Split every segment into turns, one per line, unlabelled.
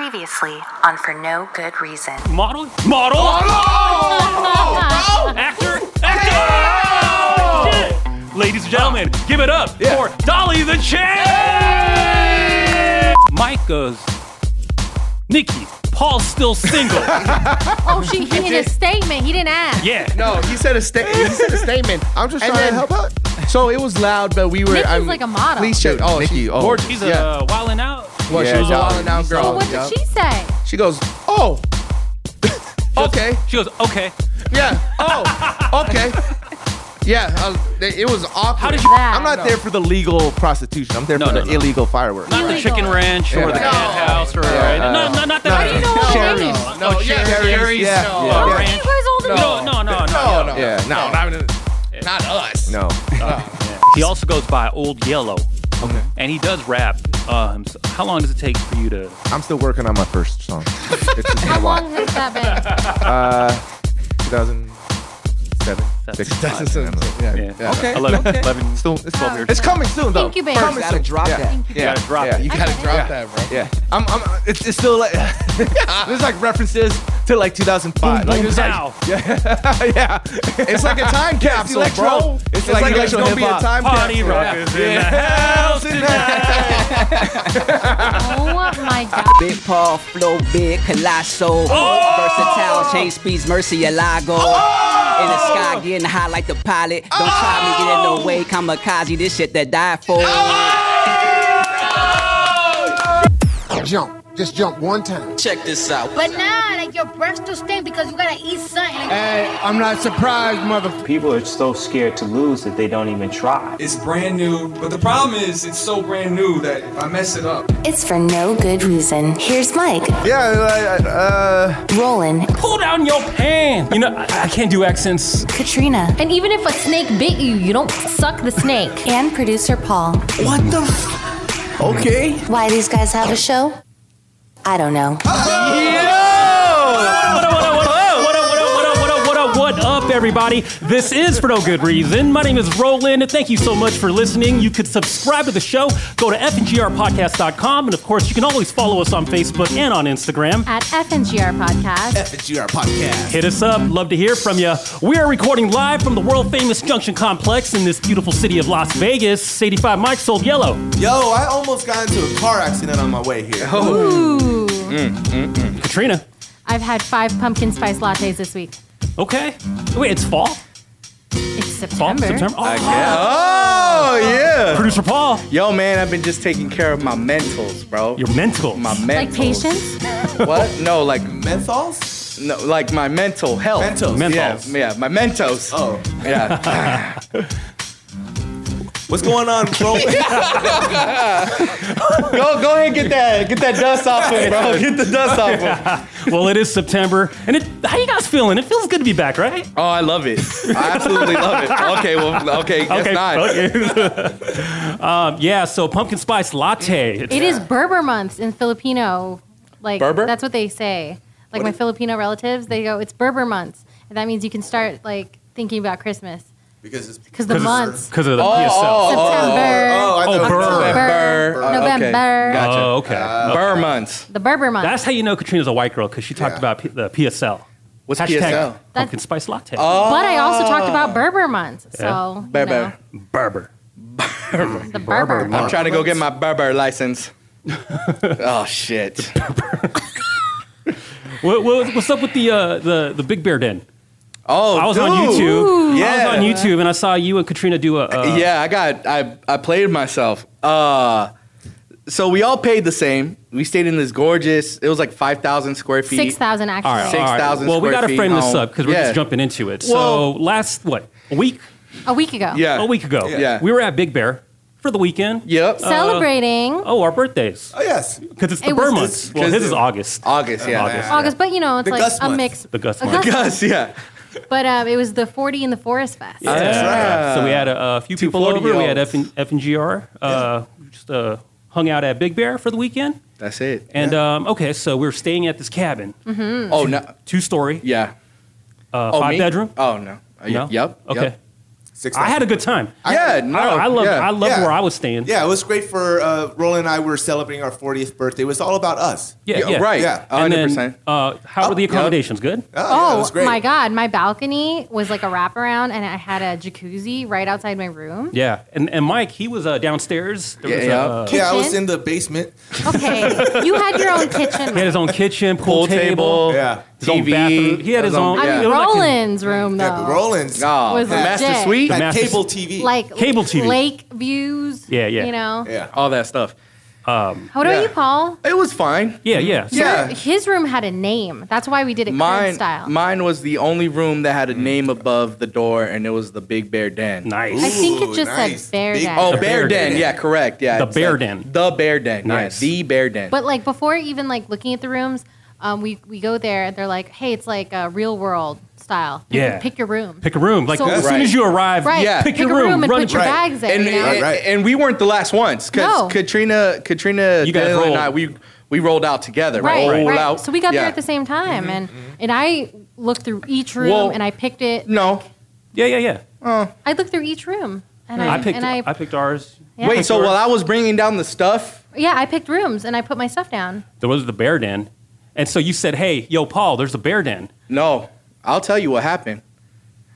Previously on For No Good Reason.
Model? Model? Oh, Actor? Actor! Did it! Ladies and gentlemen, give it up
Yeah.
for Dolly the Champ! Micah's Nikki. Paul's still single.
Oh, she, he made a statement. He didn't ask.
yeah.
No, Oh, he said a sta- he said a statement.
I'm just
And
trying
then-
to help out.
So it was loud, but we were.
Nikki's
I'm,
like a model.
Please check. Oh,
Nikki,
she,
oh.
gorgeous.
She's
yeah.
uh, wilding out.
Well,
Yeah,
she was a
Dolly.
wild and out girl.
Well, what
yeah.
did she say?
She goes, oh, okay,
She goes, okay.
yeah, oh, okay, yeah. I was- it it was awkward.
How did you-
That.
I'm not there for the legal prostitution. I'm there
No,
for
no,
the
no.
illegal fireworks.
Not the
Illegal.
chicken ranch or the
Yeah.
cat house or
Yeah.
no, no, not that.
How do you know all the names?
No, no,
Oh,
yeah,
Sherry's,
Sherry's,
yeah.
no,
Yeah.
uh,
Oh,
ranch.
he wears all the
No, no, no, no.
no, no,
Yeah,
no,
no.
not, not us.
No.
He also goes by Old Yellow. Okay. And he does rap. Uh, himself. how long does it take for you to?
I'm still working on my first song. It's just been a
How long
while.
has that been?
2007.
That's-
six,
That's
five,
a sentence. Yeah.
Yeah.
Yeah.
Okay.
11,
Okay.
11
Still, it's,
Oh.
12 years.
it's coming soon though.
Incubator.
Coming
Gotta
soon.
drop
yeah.
that.
Yeah.
You gotta drop
yeah.
it.
You
I
gotta
got it.
drop
Drop
that.
that, bro.
Yeah. I'm. I'm. It's, it's still like. there's like references to like 2005.
Boom,
like,
boom,
there's, like,
now.
yeah.
It's like a time capsule,
electro.
bro.
It's like
it's
electro
gonna be a
hip-hop.
time
Party
capsule.
rock is in the house tonight.
Oh my god.
Big Paul, flow big, colossal.
Oh!
Versatile, change speeds, mercy, a lago.
Oh!
In the sky, getting high like the pilot. Don't try me, get in no way, kamikaze, this shit that die for.
Oh!
jump. Just jump one time.
Check this out.
But nah, like your breath still stink because you gotta eat something. Like,
Hey, I'm not surprised, mother.
People are so scared to lose that they don't even try.
It's brand new, but the problem is it's so brand new that if I mess it up,
It's For No Good Reason. Here's Mike,
Yeah. I- I- Uh.
Roland,
Pull down your pants. You know, I, I can't do accents.
Katrina,
And even if a snake bit you, you don't suck the snake.
and producer Paul.
What the f? Okay.
Why these guys have a show? I don't know.
What up, what up, what up, what up, what up, what up, what up, what up, what up, everybody? This is For No Good Reason. My name is Roland, and thank you so much for listening. You could subscribe to the show, go to fngrpodcast.com, and of course, you can always follow us on Facebook and on Instagram.
At FNGR Podcast.
It's your podcast.
Hit us up, love to hear from you. We are recording live from the world famous Junction Complex in this beautiful city of Las Vegas. 85 Mike sold yellow.
Yo, I almost got into a car accident on my way here.
Ooh.
Katrina.
I've had five pumpkin spice lattes this week.
Okay. Wait, it's fall?
It's
Fall?
September.
September? Oh,
Oh yeah.
Producer Paul,
Yo, man, I've been just taking care of my mentals, bro.
your mental.
my mentals.
Like patience?
What? No, like
Menthols?
no, like my mental health.
Mentos.
Menthols.
Yeah, yeah, my mentos.
Oh.
Yeah.
What's going on, bro?
go go ahead and get that get that dust off him, bro. Get the dust off him.
well, it is September, and it, how you guys feeling? It feels good to be back, right?
Oh, I love it. I absolutely love it. Okay, well, okay, that's nice.
okay. um, yeah. So pumpkin spice latte.
It is Berber month in Filipino. Like
Berber?
that's what they say. Like my Filipino relatives, they go, it's Berber month. And that means you can start like thinking about Christmas.
because it's.
Because the months.
because
Oh,
of the PSL.
September.
Oh, I
Oh,
thought-
burr.
November,
Burr. Uh, okay.
November.
Got- Gotcha. Uh,
Oh, okay.
Burr months.
The Berber month.
That's how you know Katrina's a white girl because she talked
Yeah.
about P- the PSL.
What's
Hashtag
PSL?
pumpkin spice latte.
Oh.
but I also talked
Oh.
about Berber month. So you
Berber.
Berber.
know, the Berber,
I'm trying to go get my Berber license. oh shit.
What, what, what's up with the uh, the the Big Bear Den?
Oh,
I was on
dude.
YouTube.
Yeah.
I was on YouTube and I saw you and Katrina do a. Uh,
yeah, I got I I played myself. Uh so we all paid the same. We stayed in this gorgeous. It was like five thousand square feet.
Six thousand actually.
All right,
Six
all right.
thousand
Well, we
square
gotta
feet
frame this
home.
up because we're
Yeah.
just jumping into it. So
Well-
last what a week,
A week ago.
Yeah.
a week ago,
Yeah.
Oh, we were at Big Bear for the weekend.
Yep.
Celebrating
Oh, our birthdays.
Oh, yes.
Because it's the
It
Burr
was-
months. Well, his is August.
August. Yeah.
August.
August, but you know, it's
The
like
Gus
a
month.
mix.
The Gus
a
month.
August. Yeah.
But um, it was the forty in the forest fest.
Yeah.
right.
So we had a, a few people over. We had F
40-year-olds.
and, F and GR. Uh, Just uh, hung out at Big Bear for the weekend.
That's it.
And um, okay, so we were staying at this cabin,
Mm-hmm. Hmm.
oh no.
two story,
Yeah.
uh,
Oh,
five
me?
bedroom.
Oh no. Uh, y-
No?
Yep.
Okay.
Yep.
Six
I had a good time.
Yeah, no,
I, I love.
yeah.
I love
Yeah.
where I was staying.
Yeah, it was great for uh, Roland and I. were celebrating our 40th birthday. It was all about us.
Yeah, yeah. right.
Yeah,
And then, uh, how were the accommodations? Good.
Oh, yeah, it was great.
my God, my balcony was like a wraparound, and I had a jacuzzi right outside my room.
Yeah, and and Mike, he was uh, downstairs. There
Yeah,
was,
yeah.
uh,
Yeah, I was in the basement.
Okay, you had your own kitchen.
He had his own kitchen, pool
Pool
table,
table, yeah.
his own
TV.
bathroom. He had his
His
own.
own-
I
it
mean,
was like his-
Roland's room though.
Yeah, but Roland's
Was
had
legit.
master suite,
The
had
master
cable
suite.
TV,
like
Cable TV.
lake views.
Yeah, yeah.
You know.
yeah,
all that stuff.
Um,
What about you, Paul?
It was fine.
Yeah, yeah,
yeah.
His room had a name. That's why we did it crib
Mine,
style.
mine was the only room that had a name above the door, and it was the Big Bear Den.
Mm. Nice.
I think it just said bear den.
Oh,
The
Bear,
Bear
Den.
Den.
Yeah, correct. Yeah,
The
it's
Bear
like
Den.
The Bear Den.
Nice.
Nice. the Bear Den.
But like before even like looking at the rooms, um, we we go there and they're like, hey, it's like a real world style. You
Yeah.
can pick your room.
Pick a room. Like
So-
as soon as you arrive,
Right.
yeah. pick, your room,
and
run
put your bags in.
and,
you know?
and, and we weren't the last ones because
No.
Katrina, Katrina,
guys
Daniel
rolled.
and I, we we rolled out together.
right,
Right,
right.
Rolled out.
So we got there
Yeah. Mm-hmm.
at the same time, and and I looked through each room
Well-
and I picked it.
No.
Yeah, yeah, yeah.
I looked through each room and I,
I picked.
and
I,
I,
picked ours.
Yeah.
Wait. So while I was bringing down the stuff,
yeah, I picked rooms and I put my stuff down.
there was the bear den, and so you said, "Hey, yo, Paul, there's a bear den."
no, I'll tell you what happened.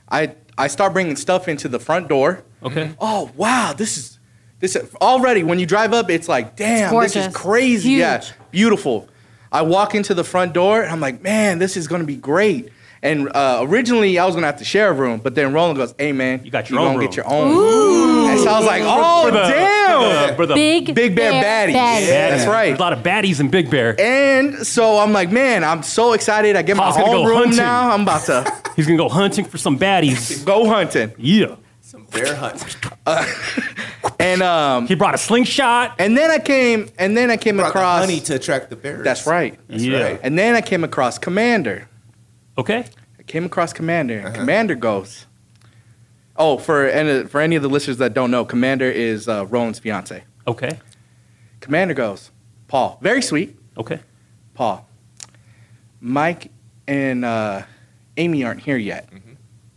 I I start bringing stuff into the front door.
Okay.
Oh wow, this is this already when you drive up, it's like damn, this is
gorgeous.
crazy. Yeah,
Huge.
beautiful. I walk into the front door and I'm like, man, this is gonna be great. And uh, originally I was gonna have to share a room, but then Roland goes, hey man, you
got your
you
own
gonna
room."
get your own. And so I was like, oh
For the-
damn,
for the- for the
Big
Big Bear, Baddies.
Daddy.
That's
There's
right.
a lot of baddies in Big Bear.
And so I'm like, man, I'm so excited. I get my
Paul's gonna
own
go
room
hunting.
now. I'm about to
He's gonna go hunting for some baddies.
go hunting.
yeah.
bear hunt.
And um,
He brought a slingshot.
and then I came and then I came
Brought the
across.
honey to attract the bears.
That's right.
yeah.
right.
And then I came across Commander.
Okay.
I came across Commander,
Uh-huh.
and Commander goes. Oh, for any, for any of the listeners that don't know, Commander is uh, Roland's fiance.
Okay.
Commander goes, Paul, very sweet,
Okay.
Paul. Mike and uh, Amy aren't here yet.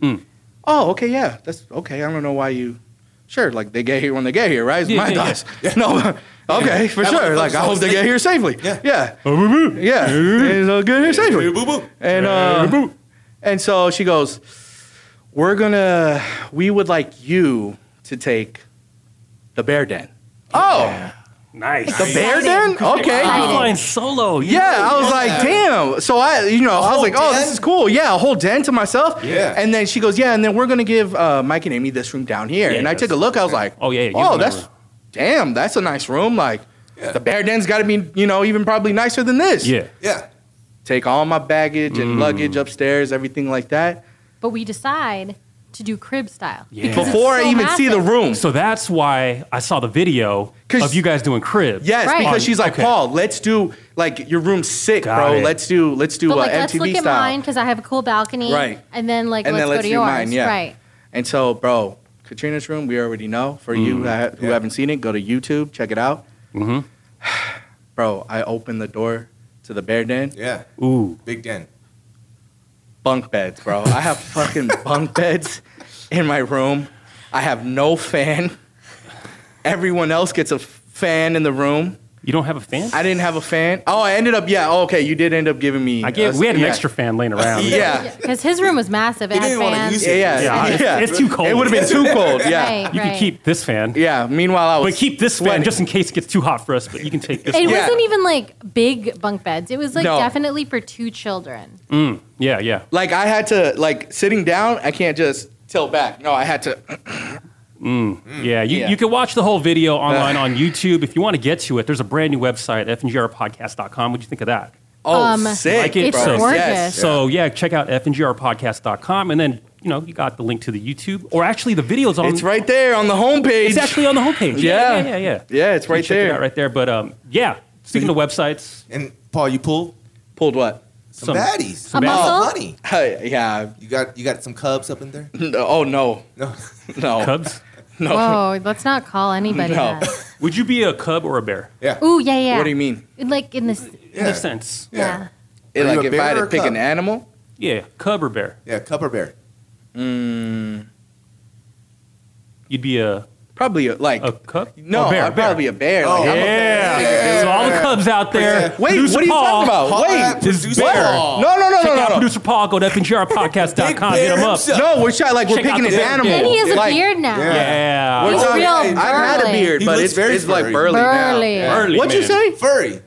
Mm.
Oh, okay, yeah, that's okay. I don't know why you. Sure, like they get here when they get here, right? It's
Yeah,
my
yeah,
thoughts. No, okay, for
That
sure.
motherfucker's
Like I hope
always
they get
late.
here safely.
Yeah.
yeah,
Boo-boo.
yeah. It's all good here safely.
Boo boo.
And uh, and so she goes, "We're gonna. We would like you to take the bear den." Oh,
Nice.
the bear den. Okay.
You're flying solo. You-
Yeah, I was like, damn. So I, you know, I was
whole
like, oh, this
den?
is cool. Yeah, a whole den to myself.
Yeah.
And then she goes, yeah, and then we're gonna give uh, Mike and Amy this room down here.
Yeah,
and I
that's-
took a look. I was like,
Oh, yeah, yeah, you
oh,
remember.
that's, damn, that's a nice room. Like, the bear den's got to be, you know, even probably nicer than this.
Yeah.
Yeah.
Take all my baggage
Mm.
and luggage upstairs, everything like that.
But we decide to do crib style.
Yeah.
because it's
Before
so
I even see the
massive.
room.
So that's why I saw the video
'Cause-
of you guys doing crib.
Yes,
Right.
because she's like,
Okay.
Paul, let's do like your room's sick,
Got
bro.
it.
Let's do let's do
But
uh,
like,
MTV
let's look
style.
at mine because I have a cool balcony.
Right.
And then like
And
let's
then
go
let's
to
do
yours.
mine, yeah.
Right.
And so, bro, Katrina's room, we already know. For
Mm.
you that, who haven't seen it, go to YouTube, check it out.
Mhm.
bro, I opened the door to the bear den.
Yeah.
Ooh.
Big den.
Bunk beds, bro. I have fucking bunk beds in my room. I have no fan. Everyone else gets a f- fan in the room.
You don't have a fan?
I didn't have a fan. Oh, I ended up, yeah, oh, okay, you did end up giving me.
I get.
a-
We had an
yeah.
extra fan laying around.
Yeah.
Because his room was massive. It
He
had
didn't want to
fans.
use
Yeah,
it.
yeah,
Yeah,
yeah.
it's- it's too cold.
It would have been too cold, yeah.
Right,
You
right.
can keep this fan.
Yeah, meanwhile, I was.
But keep this fan
sweating.
just in case it gets too hot for us. But you can take this.
It
one.
Yeah.
wasn't even like big bunk beds. It was like
No.
definitely for two children.
Yeah, yeah.
like I had to like sitting down, I can't just tilt back. No, I had to.
Mm. Yeah, you,
Mm. Yeah. Uh.
you can watch the whole video online on YouTube. If you want to get to it, there's a brand new website, fngrpodcast.com. What do you think of that?
Oh,
Um,
sick!
Like it,
It's
bro.
gorgeous.
Yes.
So, yeah, check out fngrpodcast.com. And then, you know, you got the link to the YouTube. Or actually, the video's on.
It's right there on the homepage.
It's actually on the homepage. Yeah,
Yeah.
yeah, yeah. Yeah,
Yeah, it's
You can
right
check it
there.
out right there. But, um, yeah, speaking of websites,
And Paul, you pulled
Pulled what?
some,
Some-
baddies.
A
bad-
Oh,
muscle?
honey.
yeah.
You got you got some cubs up in there?
Oh no.
No.
No.
Cubs.
No.
Whoa, let's not call anybody
Oh, No.
that.
Would you be a cub or a bear?
Yeah.
Ooh, yeah, yeah.
What do you mean?
Like in this.
In a sense.
Yeah.
Yeah.
It,
Are you
like
a
if
bear
I had
or
to
a
pick
cub?
an animal,
Yeah, cub or bear.
Yeah, cub or bear?
You'd be a
probably a, like
a cup.
No,
a bear,
I'd probably be a bear.
Oh,
Like, I'm a
yeah.
bear.
So all the Cubs out there.
Wait,
Producer
what are you
Paul
talking about?
Paul
Wait,
at
this
Producer
bear.
Paul.
No, no, no,
Check
no,
out
no.
Producer Paul. Go to fngrpodcast.com. Hit him up.
No, we're trying like we're
Check out
picking it
the bear.
animal.
And he has a
Like,
beard now.
Yeah.
We're
He's
talking-
real
I've had a
burly.
beard,
He
but
looks
it's,
very
it's like
furry.
burly,
Burly.
now.
Burly,
What'd you say?
Furry.
Ooh,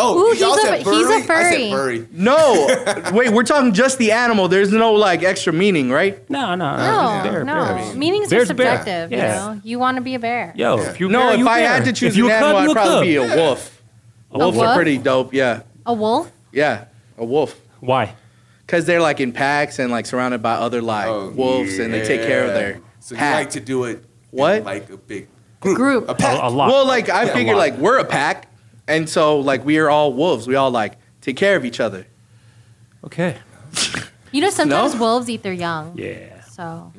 Oh,
he's
y'all
a-
said
he's a
furry? I
furry.
said furry.
No, wait, we're talking just the animal. There's no like extra meaning, right?
No, no,
No,
Bear,
no.
bear.
Meanings
Bear's
are
a bear.
subjective.
Yeah.
You know, you want to be a bear.
Yo, if you
No,
bear,
if
you
I
bear.
had to choose
If you
an
a cub,
animal,
you
I'd
a
probably be
cub.
a wolf.
A
Wolves
wolf?
are pretty dope, yeah.
A wolf?
Yeah, a wolf.
Why?
Because they're like in packs and like surrounded by other like wolves and they take care of their
So you
pack.
like to do it in,
What?
like a big
Group.
a pack.
A lot.
Well, like I
Yeah, a
figure
lot.
like we're a pack and so like we are all wolves. We all like take care of each other.
okay.
You know, sometimes
No?
wolves eat their young.
Yeah.
So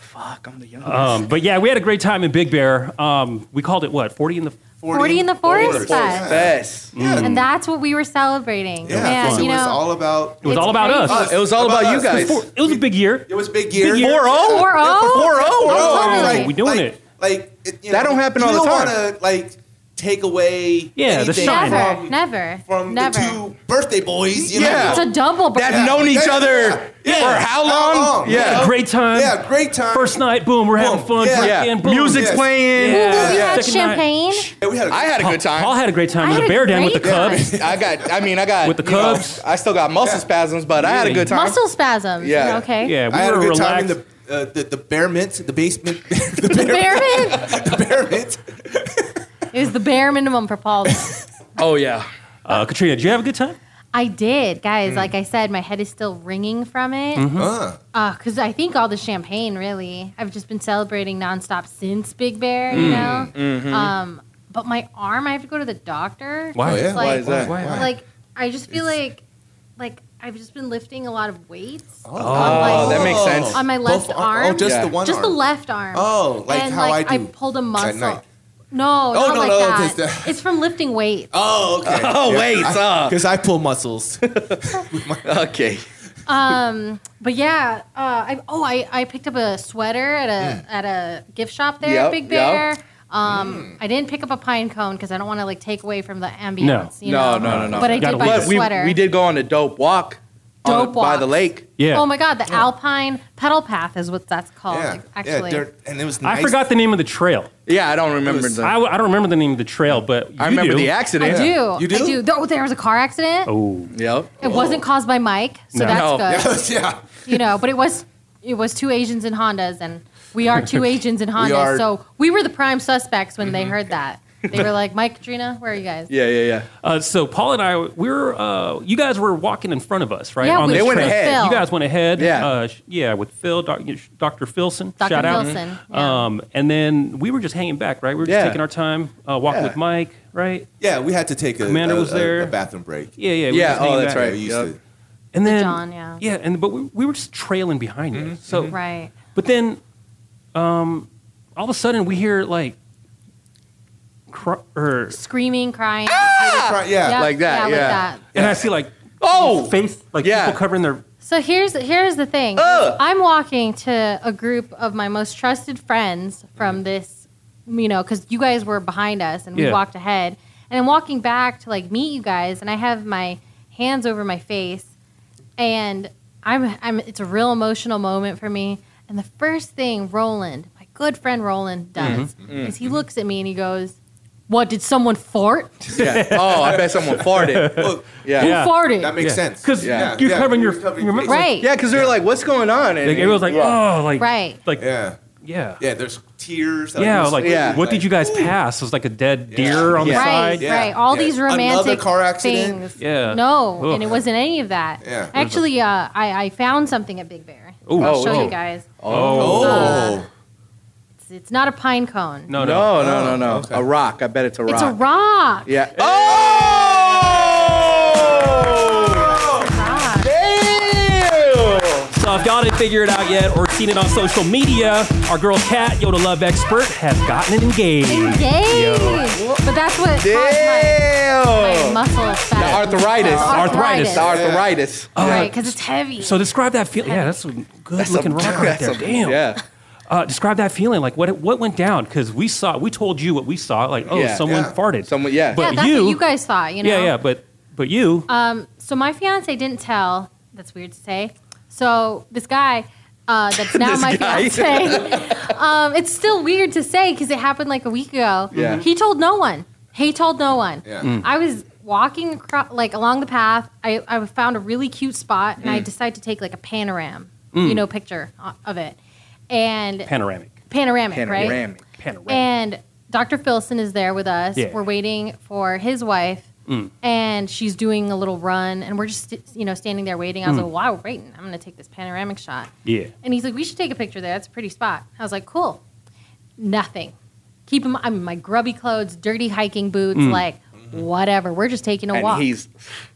Fuck, I'm the youngest.
Um, but yeah, we had a great time in Big Bear. Um, we called it what? 40 in the.
40, in the forest
Uh,
fest.
Best.
And that's what we were celebrating.
Yeah,
Man,
so
you
it was
know,
all about.
It was all
It's
about
crazy.
us.
us.
It was all about you guys.
It was a big year.
It was big year.
year.
4-0?
Four oh?
Four oh?
Oh,
Like,
totally.
like-
We doing
like-
it.
Like it, you
That
know,
don't happen
you
all the
don't
time.
wanna, like take away.
Yeah, the
anything
shine.
Never,
from,
never,
from
never.
the two birthday boys. You
Yeah.
It's
know?
a double birthday.
That known each
Yeah.
other
Yeah.
for how
How
long?
long?
Yeah.
Yeah.
Great time.
yeah, great time.
First night, boom, we're having fun.
Boom. Yeah.
drinking,
Yeah.
boom.
Music's
Yes.
playing.
Yeah.
we had
Second night.
champagne.
yeah, we had a
I had a good time.
Oh, Paul had a great time
I
in the
had a
bear den with the
great time.
Cubs.
I got. I mean, I got
With the
you know,
Cubs?
I still got muscle spasms, but I had a
Yeah.
good time.
Muscle spasms.
Yeah.
Okay.
Yeah, we
I had
were
a good
relaxed.
time in the uh, the, the bear mint, the basement, the
The
bear,
bare min-
the bear mint.
it was the bare minimum for Paul.
Oh yeah.
uh, Katrina, did you have a good time?
I did,
Hmm.
guys. Like I said, my head is still ringing from it.
Mm-hmm.
Uh,
because I think all the champagne, really. I've just been celebrating nonstop since Big Bear,
Mm.
you know.
Mm-hmm.
Um, but my arm, I have to go to the doctor.
Why?
Oh, yeah?
Like,
Why is that?
Why?
Like, I just feel like, like I've just been lifting a lot of weights
Oh, that makes sense.
on my left
Both ar-
arm.
oh, just the one
Just the
arm.
left arm.
Oh, like
and
how
like
I
I,
do
pulled a
at
muscle.
night. Oh,
No, not
no,
like
no,
that.
just the-
It's from lifting weights.
oh, okay.
Oh wait. uh,
Because I pull muscles.
okay.
Um, but yeah, uh, I oh I, I picked up a sweater at a at a gift shop there,
Mm. Yep,
at Big
yep.
Bear. Um, I didn't pick up a pine cone because I don't want to like take away from the ambience. you
No,
know?
no, no, no.
But I
Gotta
did buy
leave
a
it.
we
sweater.
we did go on a dope walk. on-
Dope
by the
walks.
lake.
Yeah.
Oh my god, the Alpine Pedal Path is what that's called.
yeah,
actually,
yeah, dirt, and it was.
I
nice.
forgot the name of the trail.
Yeah, I don't remember
was-
the.
I,
I,
w- I don't remember the name of the trail, but you
remember
do.
the
I
accident.
do.
You do?
I do. Oh, there was a car accident.
Oh,
Yep.
It wasn't caused by Mike, so
No.
that's
No.
good.
yeah.
you know, but it was it was two Asians in Hondas, and we are two Asians in Hondas,
are-
so we were the prime suspects when they heard that. They were like, "Mike, Katrina, where are you guys?"
Mm-hmm. Yeah, yeah, yeah.
Uh, so Paul and I, we were, uh, you guys were walking in front of us, right?
Yeah,
on
we
this
They went
trail.
ahead.
Phil.
You guys went ahead.
Yeah.
Uh, sh- yeah, with Phil, doc, you know, sh- Dr. Filson.
Dr.
Shout out.
Filson, yeah.
Um, and then we were just hanging back, right? We were just
Yeah.
taking our time, uh, walking
Yeah.
with Mike, right?
Yeah, we had to take a,
Commander
a-
was
a-
there.
a bathroom break.
Yeah, yeah. we were
Yeah.
just
Oh,
hanging
that's
back.
Yeah,
right.
we used
Yep.
to.
And then
John, yeah.
yeah, and but we, we were just trailing behind
Mm-hmm.
you. So
Right.
But then, um, all of a sudden, we hear like, cr- or,
Screaming, crying,
Right, yeah.
Yeah,
like that,
like
Ah! yeah.
that.
and I see like
Oh.
face, like
Yeah.
people covering their.
So here's here's the thing.
Ugh.
I'm walking to a group of my most trusted friends from this, you know, because you guys were behind us and we
Yeah.
walked ahead, and I'm walking back to like meet you guys, and I have my hands over my face, and I'm I'm it's a real emotional moment for me, and the first thing Roland, my good friend Roland, does is he looks at me and he goes, "What did someone fart?
Yeah. Oh, I bet someone farted.
Look,
Yeah.
Who
Yeah.
farted?"
that makes sense.
Because
Yeah.
you're
Yeah,
covering
you're
your,
covering
your
your face.
right,
Yeah, because they were like, "what's going on?" And
Like, it was like, oh, like,
Right.
like, yeah,
Yeah,
yeah,
yeah. There's tears.
like,
Yeah.
what did you guys pass? It was like a dead deer on the
Yeah.
Right,
side.
Yeah.
right. All
Yeah.
these
Another
romantic
car accident?
things.
Yeah.
No,
Ugh.
and it wasn't any of that.
Yeah.
Actually, uh, I, I found something at Big Bear. I'll
Oh,
show
oh.
you guys.
Oh,
Oh,
It's, it's not a pine cone.
no, no.
No, no, no,
Oh,
no.
Okay.
A rock. I bet it's a rock.
It's a rock.
Yeah. Oh!
Rock.
Damn!
So if y'all didn't figure it out yet or seen it on social media, our girl Kat, Yoda Love Expert, has gotten it engaged.
Yay.
Yo.
But that's what caused my, my
Damn!
muscle
The
fat.
arthritis.
Arthritis. Oh,
The arthritis.
Uh,
Right, because it's heavy.
So describe that feeling. Yeah, that's a good
That's
looking
a-
rock right there.
that's a-
Damn.
Yeah.
Uh, describe that feeling. Like what what went down? Because we saw, we told you what we saw. Like oh,
Yeah.
someone
Yeah.
farted. Someone, yeah.
yeah,
But
that's
you,
what you guys thought, you know?
yeah, yeah. But but you,
Um, so my fiance didn't tell. That's weird to say. So this guy uh, that's now
This
my
guy.
fiance. um, it's still weird to say because it happened like a week ago.
Yeah.
He told no one. He told no one.
Yeah. Mm.
I was walking across, like along the path. I, I found a really cute spot and I
Mm.
decided to take like a panoram,
Mm.
you know, picture o- of it. And
panoramic,
panoramic, right?
panoramic, panoramic.
And Dr. Philson is there with us.
Yeah.
We're waiting for his wife
Mm.
and she's doing a little run and we're just you know standing there waiting i was
Mm.
like wow great i'm gonna take this panoramic shot
Yeah.
and he's like we should take a picture there that's a pretty spot i was like cool nothing keep him i'm in my grubby clothes dirty hiking boots
Mm.
like whatever we're just taking a
and
walk
he's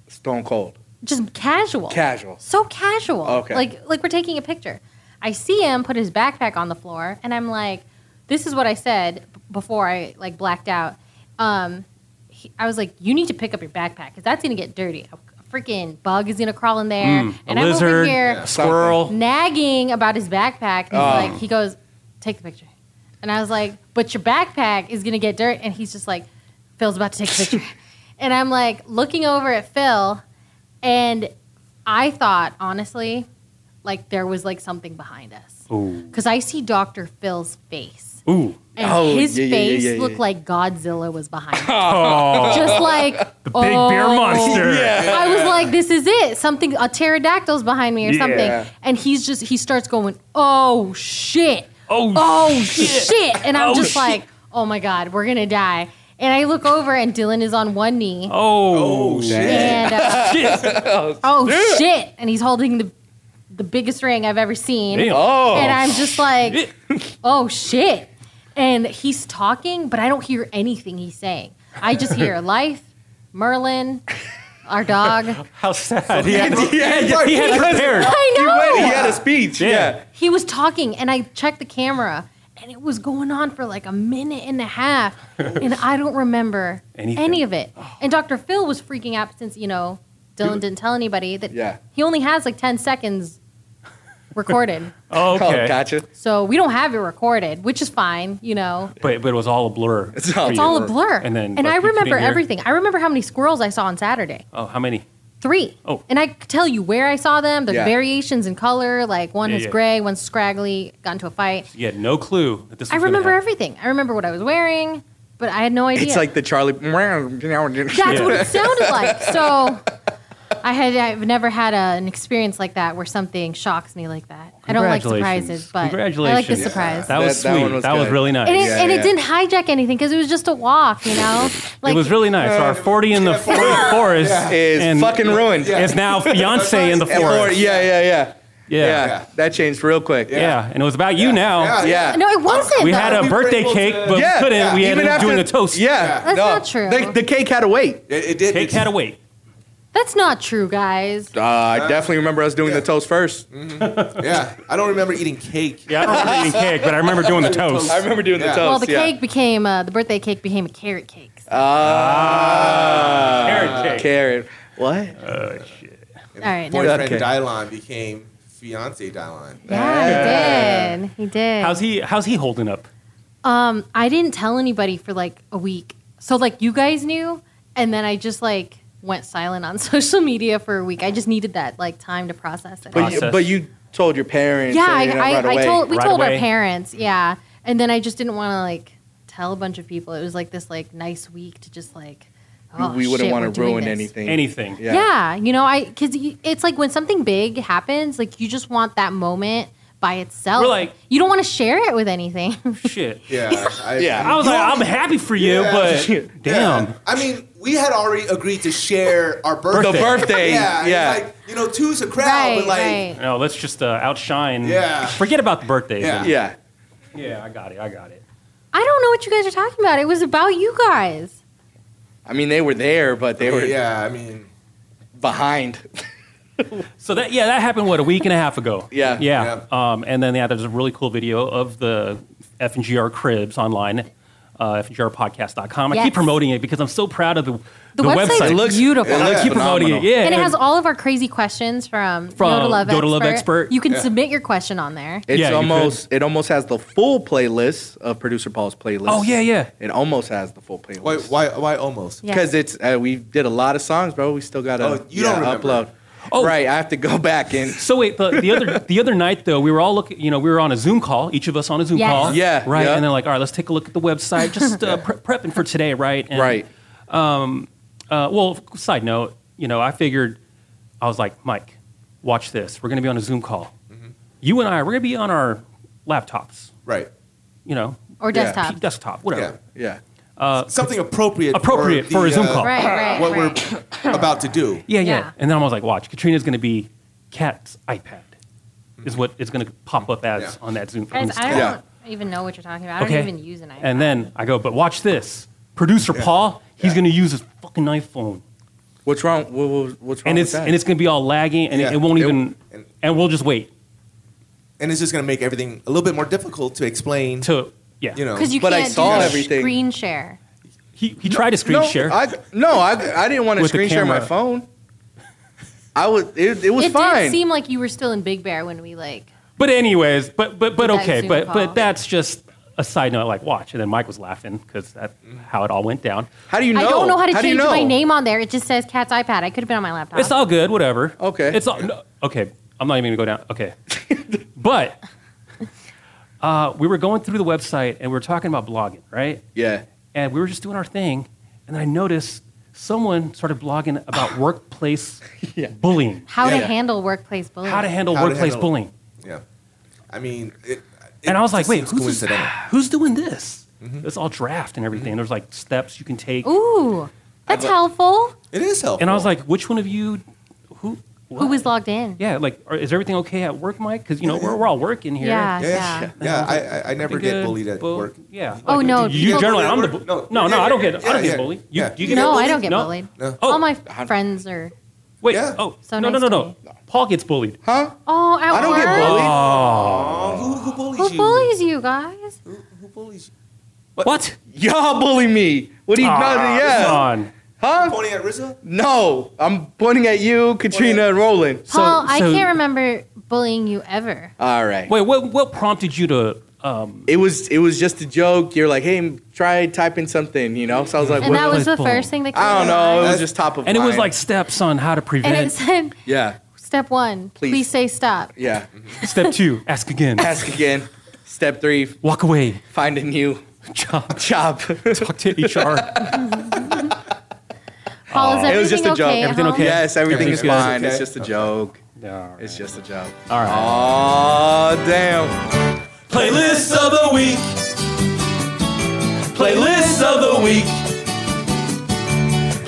stone cold.
just casual
Casual.
so casual
Okay.
like like we're taking a picture i see him put his backpack on the floor and i'm like this is what i said b- before i like blacked out um he, i was like you need to pick up your backpack because that's gonna get dirty a freaking bug is gonna crawl in there
Mm,
and
a
i'm over
lizard,
here
yeah, squirrel.
nagging about his backpack and he's
Oh.
like he goes take the picture and i was like but your backpack is gonna get dirt and he's just like phil's about to take a picture and i'm like looking over at phil and I thought, honestly, like there was like something behind us.
Ooh.
Because I see Dr. Phil's face.
Ooh.
And
Oh,
his
yeah, yeah, yeah,
face
yeah, yeah.
looked like Godzilla was behind it.
Oh.
Just like
The big bear
oh.
monster. Yeah.
I was like, this is it. Something a pterodactyl's behind me or
Yeah.
something. And he's just he starts going, Oh shit.
Oh,
shit. And I'm
Oh,
just
shit.
like, oh my God, we're gonna die. And I look over and Dylan is on one knee.
Oh,
shit.
And, uh,
shit.
Oh shit! And he's holding the the biggest ring I've ever seen.
Damn. Oh.
And I'm just like, oh shit! And he's talking, but I don't hear anything he's saying. I just hear life, Merlin, our dog.
How sad. He had, he had, he had prepared.
I know.
He, went, he
Oh.
had a speech. Yeah.
He was talking, and I checked the camera, and it was going on for like a minute and a half, and I don't remember
Anything.
any of it. And Dr. Phil was freaking out since you know Dylan didn't tell anybody that
Yeah.
he only has like ten seconds recorded,
Oh, okay.
gotcha.
so we don't have it recorded, which is fine, you know.
But, but it was all a blur. It's
It's all a blur,
And then
and
but
I
you couldn't
remember
hear?
everything. I remember how many squirrels I saw on Saturday.
Oh, how many?
Three.
Oh.
And I could tell you where I saw them, the
Yeah.
variations in color. Like one
Yeah,
was
yeah.
gray, one's scraggly, got into a fight.
You had no clue that this.
I
was gonna
remember
happen.
everything. I remember what I was wearing, but I had no idea.
It's like the Charlie.
that's what it sounded like. So I had I've never had a, an experience like that where something shocks me like that. I don't like
Congratulations.
surprises, but
Congratulations.
I like the surprise.
That was
That- that
sweet.
one
That was,
was good.
really nice.
And, it, and it didn't hijack anything because it was just a walk, you know. Like
it was really nice. Our 40 in the f- forest
Is fucking ruined.
It's now fiance in the
And Laura-
forest.
Yeah, yeah, yeah.
Yeah.
That changed real quick.
Yeah. And it was about you now.
Yeah, yeah.
no, it wasn't.
We
though.
had a birthday cake, but
Yeah,
we couldn't.
yeah.
We had
Even
him
after-
doing a toast.
Yeah.
That's not true.
The, the cake had to wait.
It, did.
Cake had to wait.
That's not true, guys.
Uh, I definitely remember us doing the toast 1st
yeah, I don't remember eating cake.
Yeah, I don't remember eating cake, but I remember doing the toast.
I remember doing the toast.
Well, the
yeah.
cake became uh, the birthday cake became a carrot cake.
Ah.
Carrot Uh, cake.
Carrot. What?
All right, never
Boyfriend
Okay.
Dylon became fiance Dylon.
Yeah, he did. He did.
How's he? How's he holding up?
Um, I didn't tell anybody for like a week. So like you guys knew, and then I just like went silent on social media for a week. I just needed that like time to process it.
But you, but you told your parents.
yeah, I,
and, you know,
I,
right away.
I told we told our parents, yeah, and then I just didn't want to like tell a bunch of people. It was like this like nice week to just like. Oh,
we wouldn't
shit,
want
we're
to
doing
ruin
this.
anything.
Anything.
Yeah. you know, I because it's like when something big happens, like you just want that moment by itself.
We're like-
you don't want to share it with anything.
Shit.
Yeah. I,
I was like, I'm happy for you,
Yeah.
but damn.
I mean, we had already agreed to share our birthday.
The birthday,
yeah. it's
yeah.
Like, you know, two's a crowd, but like,
No, let's just uh, outshine.
Yeah.
Forget about the birthdays.
Yeah.
and-
Yeah.
Yeah, I got it. I got it.
I don't know what you guys are talking about. It was about you guys.
I mean, they were there, but they were.
Yeah, I mean,
behind.
So that yeah, that happened what a week and a half ago.
Yeah.
yeah. Um, and then yeah, there's a really cool video of the FNGR cribs online, uh, FNGRpodcast.com. I
Yes.
keep promoting it because I'm so proud of the
The, website, website's
looks
beautiful.
It looks
Yeah.
keep promoting it.
phenomenal.
Yeah,
and it has all of our crazy questions from,
From
Go to Love,
Go to Love
Expert.
Expert.
You can
Yeah.
submit your question on there.
It's
Yeah, you
almost it almost has the full playlist of producer Paul's playlist.
Oh, yeah, yeah.
It almost has the full playlist.
Why? Why? Why almost?
Yeah.
Because it's uh, we did a lot of songs, bro. We still gotta
Oh, you don't remember.
upload. Oh, right. I have to go back and
So wait, but the other the other night though, we were all looking. You know, we were on a Zoom call, each of us on a Zoom
Yes.
call.
Yeah,
Right.
yeah.
And they're like, all right, let's take a look at the website, just uh, pre- prepping for today, right? And,
Right.
Um, uh, well, side note, you know, I figured I was like, Mike, watch this. We're going to be on a Zoom call.
Mm-hmm.
You and I, we're going to be on our laptops.
Right.
You know.
Or
Yeah.
desktop.
P- desktop, whatever.
Yeah.
Uh,
Something appropriate.
Appropriate for,
the,
a Zoom
uh,
call.
Right,
What
right,
we're about to do.
Yeah, yeah, And then I was like, watch, Katrina's going to be Cat's iPad,
Mm-hmm.
is what it's going to pop up as on that Zoom.
Guys,
Zoom
I don't
call.
even know what you're talking about. I don't even use an iPad.
And then I go, but watch this. Producer Paul, he's going to use his fucking iPhone.
What's wrong? What, what- what's wrong
And
with
it's
that?
and it's going to be all lagging, and it,
Yeah.
it won't
It-
even. And, we'll just wait.
And it's just going to make everything a little bit more difficult to explain.
To yeah,
you know.
Because you can't do screen share.
He, he tried to screen
no,
share.
I, no, I, I didn't want to
With the
screen share my
camera.
phone. I was it, it was
it
fine.
did seem like you were still in Big Bear when we like.
but anyways, but but but
That
okay,
Zoom
but
call.
but that's just a side note. Like watch, and then Mike was laughing because that's how it all went down.
How do
I don't know how to change my name on there. It just says Cat's iPad. I could have been on my laptop.
It's all good, whatever. Okay. It's all no, okay. I'm not even gonna go down. Okay, but uh, we were going through the website and we were talking about blogging, right?
Yeah.
And we were just doing our thing, and I noticed someone started blogging about workplace bullying,
how to
Yeah.
handle workplace bullying.
how to handle workplace bullying,
Yeah. I mean, it,
and I was like,
just
wait,
seems
who's this,
coincidental. Mm-hmm.
who's doing this? It's all draft and everything. There's like steps you can take.
Ooh, that's
I-
helpful.
It is helpful.
And I was like, which one of you?
Who was logged in?
Yeah, like, are, is everything okay at work, Mike? Because you know we're, we're all working here.
Yeah, Yeah, yeah. yeah.
Yeah, I, I, I never get bullied at work.
Yeah.
Oh, no,
You,
people-
generally, I'm the bu- no, no, I don't get, I don't
yeah,
get bullied. You,
yeah.
do you get
no,
bullied?
I don't get
No?
bullied.
No.
All
Oh,
my friends are.
wait. Oh,
So
no, no, no,
nice
no. Paul gets bullied.
Huh?
Oh, at work?
Oh.
Who bullies
Who bullies you guys?
What?
Y'all bully me. What do you?
Ah,
not, yeah.
come on.
Huh?
Pointing at Rizzo?
No, I'm pointing at you, Katrina, and Roland.
Paul, I can't remember bullying you ever.
All right.
Wait, what what prompted you to? Um,
it was it was just a joke. You're like, hey, try typing something, you know. So I was like,
and
what-
that was the first thing that came
I don't
to
know. It
mind.
was just top of
and it was
mind.
like steps on how to
And
prevent.
it said,
yeah,
step one, please,
Please.
say stop.
yeah.
Step two, ask again.
Ask again. Step three,
walk away.
Find a new
job.
Job.
Talk to HR.
Paul, is
it was
everything
just a joke.
okay at home?
Yes, everything
Everything's
is
good.
fine.
Okay.
It's just a joke.
No,
it's just a joke.
All
right. Oh damn.
Playlist of the week. Playlist of the week.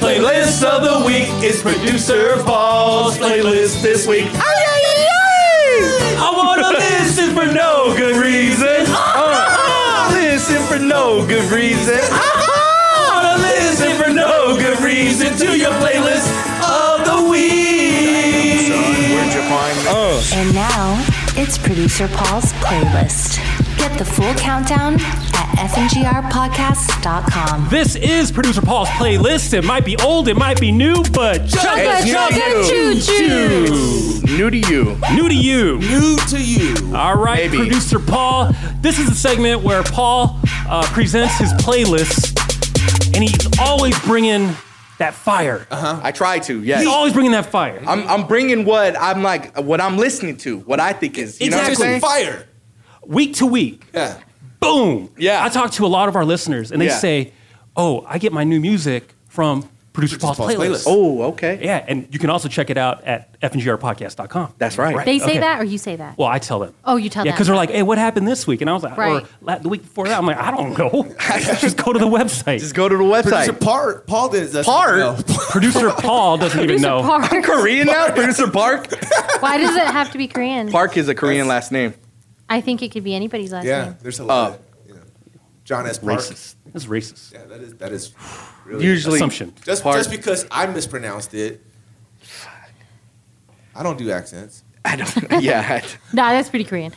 Playlist of the week is producer Paul's playlist this week. I wanna listen for no good reason. I wanna listen for no good reason. I wanna listen for no good reason to your playlist of the week.
And now it's producer Paul's playlist. Get the full countdown at fngrpodcast.com.
This is producer Paul's playlist. It might be old, it might be new, but
Chugga, chugga, choo,
choo.
New to you.
New to you.
New to you.
All right, producer Paul. This is a segment where Paul uh, presents his playlist, and he's always bringing that fire. Uh-huh.
I try to. Yes.
He's always bringing that fire.
I'm, I'm bringing what I'm like, what I'm listening to, what I think is, you
Exactly.
know what I'm saying?
Fire. Week to week.
Yeah.
Boom. Yeah. I talk to a lot of our listeners, and they
Yeah.
say, "Oh, I get my new music from." Producer Paul's,
Paul's
playlist.
playlist. Oh, okay.
Yeah, and you can also check it out at fngrpodcast.com.
That's right.
They say
Okay.
that or you say that?
Well, I tell them.
Oh, you tell
yeah,
them.
because they're like, "Hey, what happened this week?" And I was like,
Right.
"Or la- the week before that." I'm like, "I don't know. Just go to the website. Just
go to the website."
Producer Par- Paul doesn't
Park.
know.
Producer Paul doesn't even
Producer
know.
Park. I'm
Korean now. Producer Park.
Why does it have to be Korean?
Park is a Korean last name.
I think it could be anybody's last
Yeah,
name.
there's a lot. of, you know, John S. Park.
Racist. That's racist.
Yeah, that is that is really
Usually- Assumption.
Just
Park.
just because I mispronounced it. I don't do accents.
I don't. Yeah.
Nah, that's pretty Korean.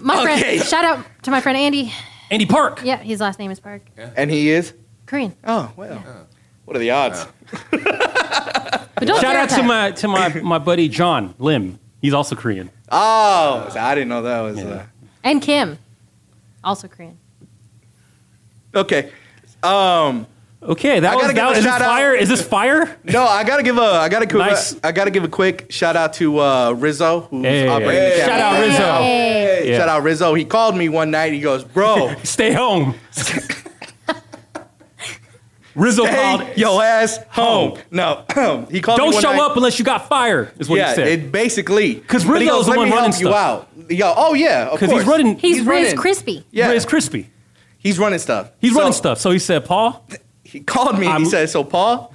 My
Okay.
friend, shout out to my friend Andy.
Andy Park.
Yeah, his last name is Park.
And he is.
Korean.
Oh well. What are the odds?
don't
Shout
dare
out to
attack.
my to my my buddy John Lim. He's also Korean.
Oh, so I didn't know that was. Uh,
And Kim, also Korean.
Okay. Um.
Okay, that was- that was- is this fire? Is this fire?
No, I gotta give a. I gotta. Quick,
Nice.
I gotta give a quick shout out to uh, Rizzo, who's
Hey.
operating the
Shout
camera.
out Rizzo. Hey.
Shout out Rizzo. He called me one night. He goes, "Bro,
stay home." Rizzo called
yo ass home. No, he called.
Don't
me one
show
night.
up unless you got fired. Is what
yeah,
he said.
It basically
'Cause
But he
Rizzo's
goes,
the
"Let
one
me
running
help you
stuff."
out. Yo, oh yeah, of
'Cause he's
course.
running-
He's Riz Crispy.
Yeah,
Riz Crispy.
He's running stuff.
He's running stuff. So he said, Paul.
He called me. and he said, "So Paul,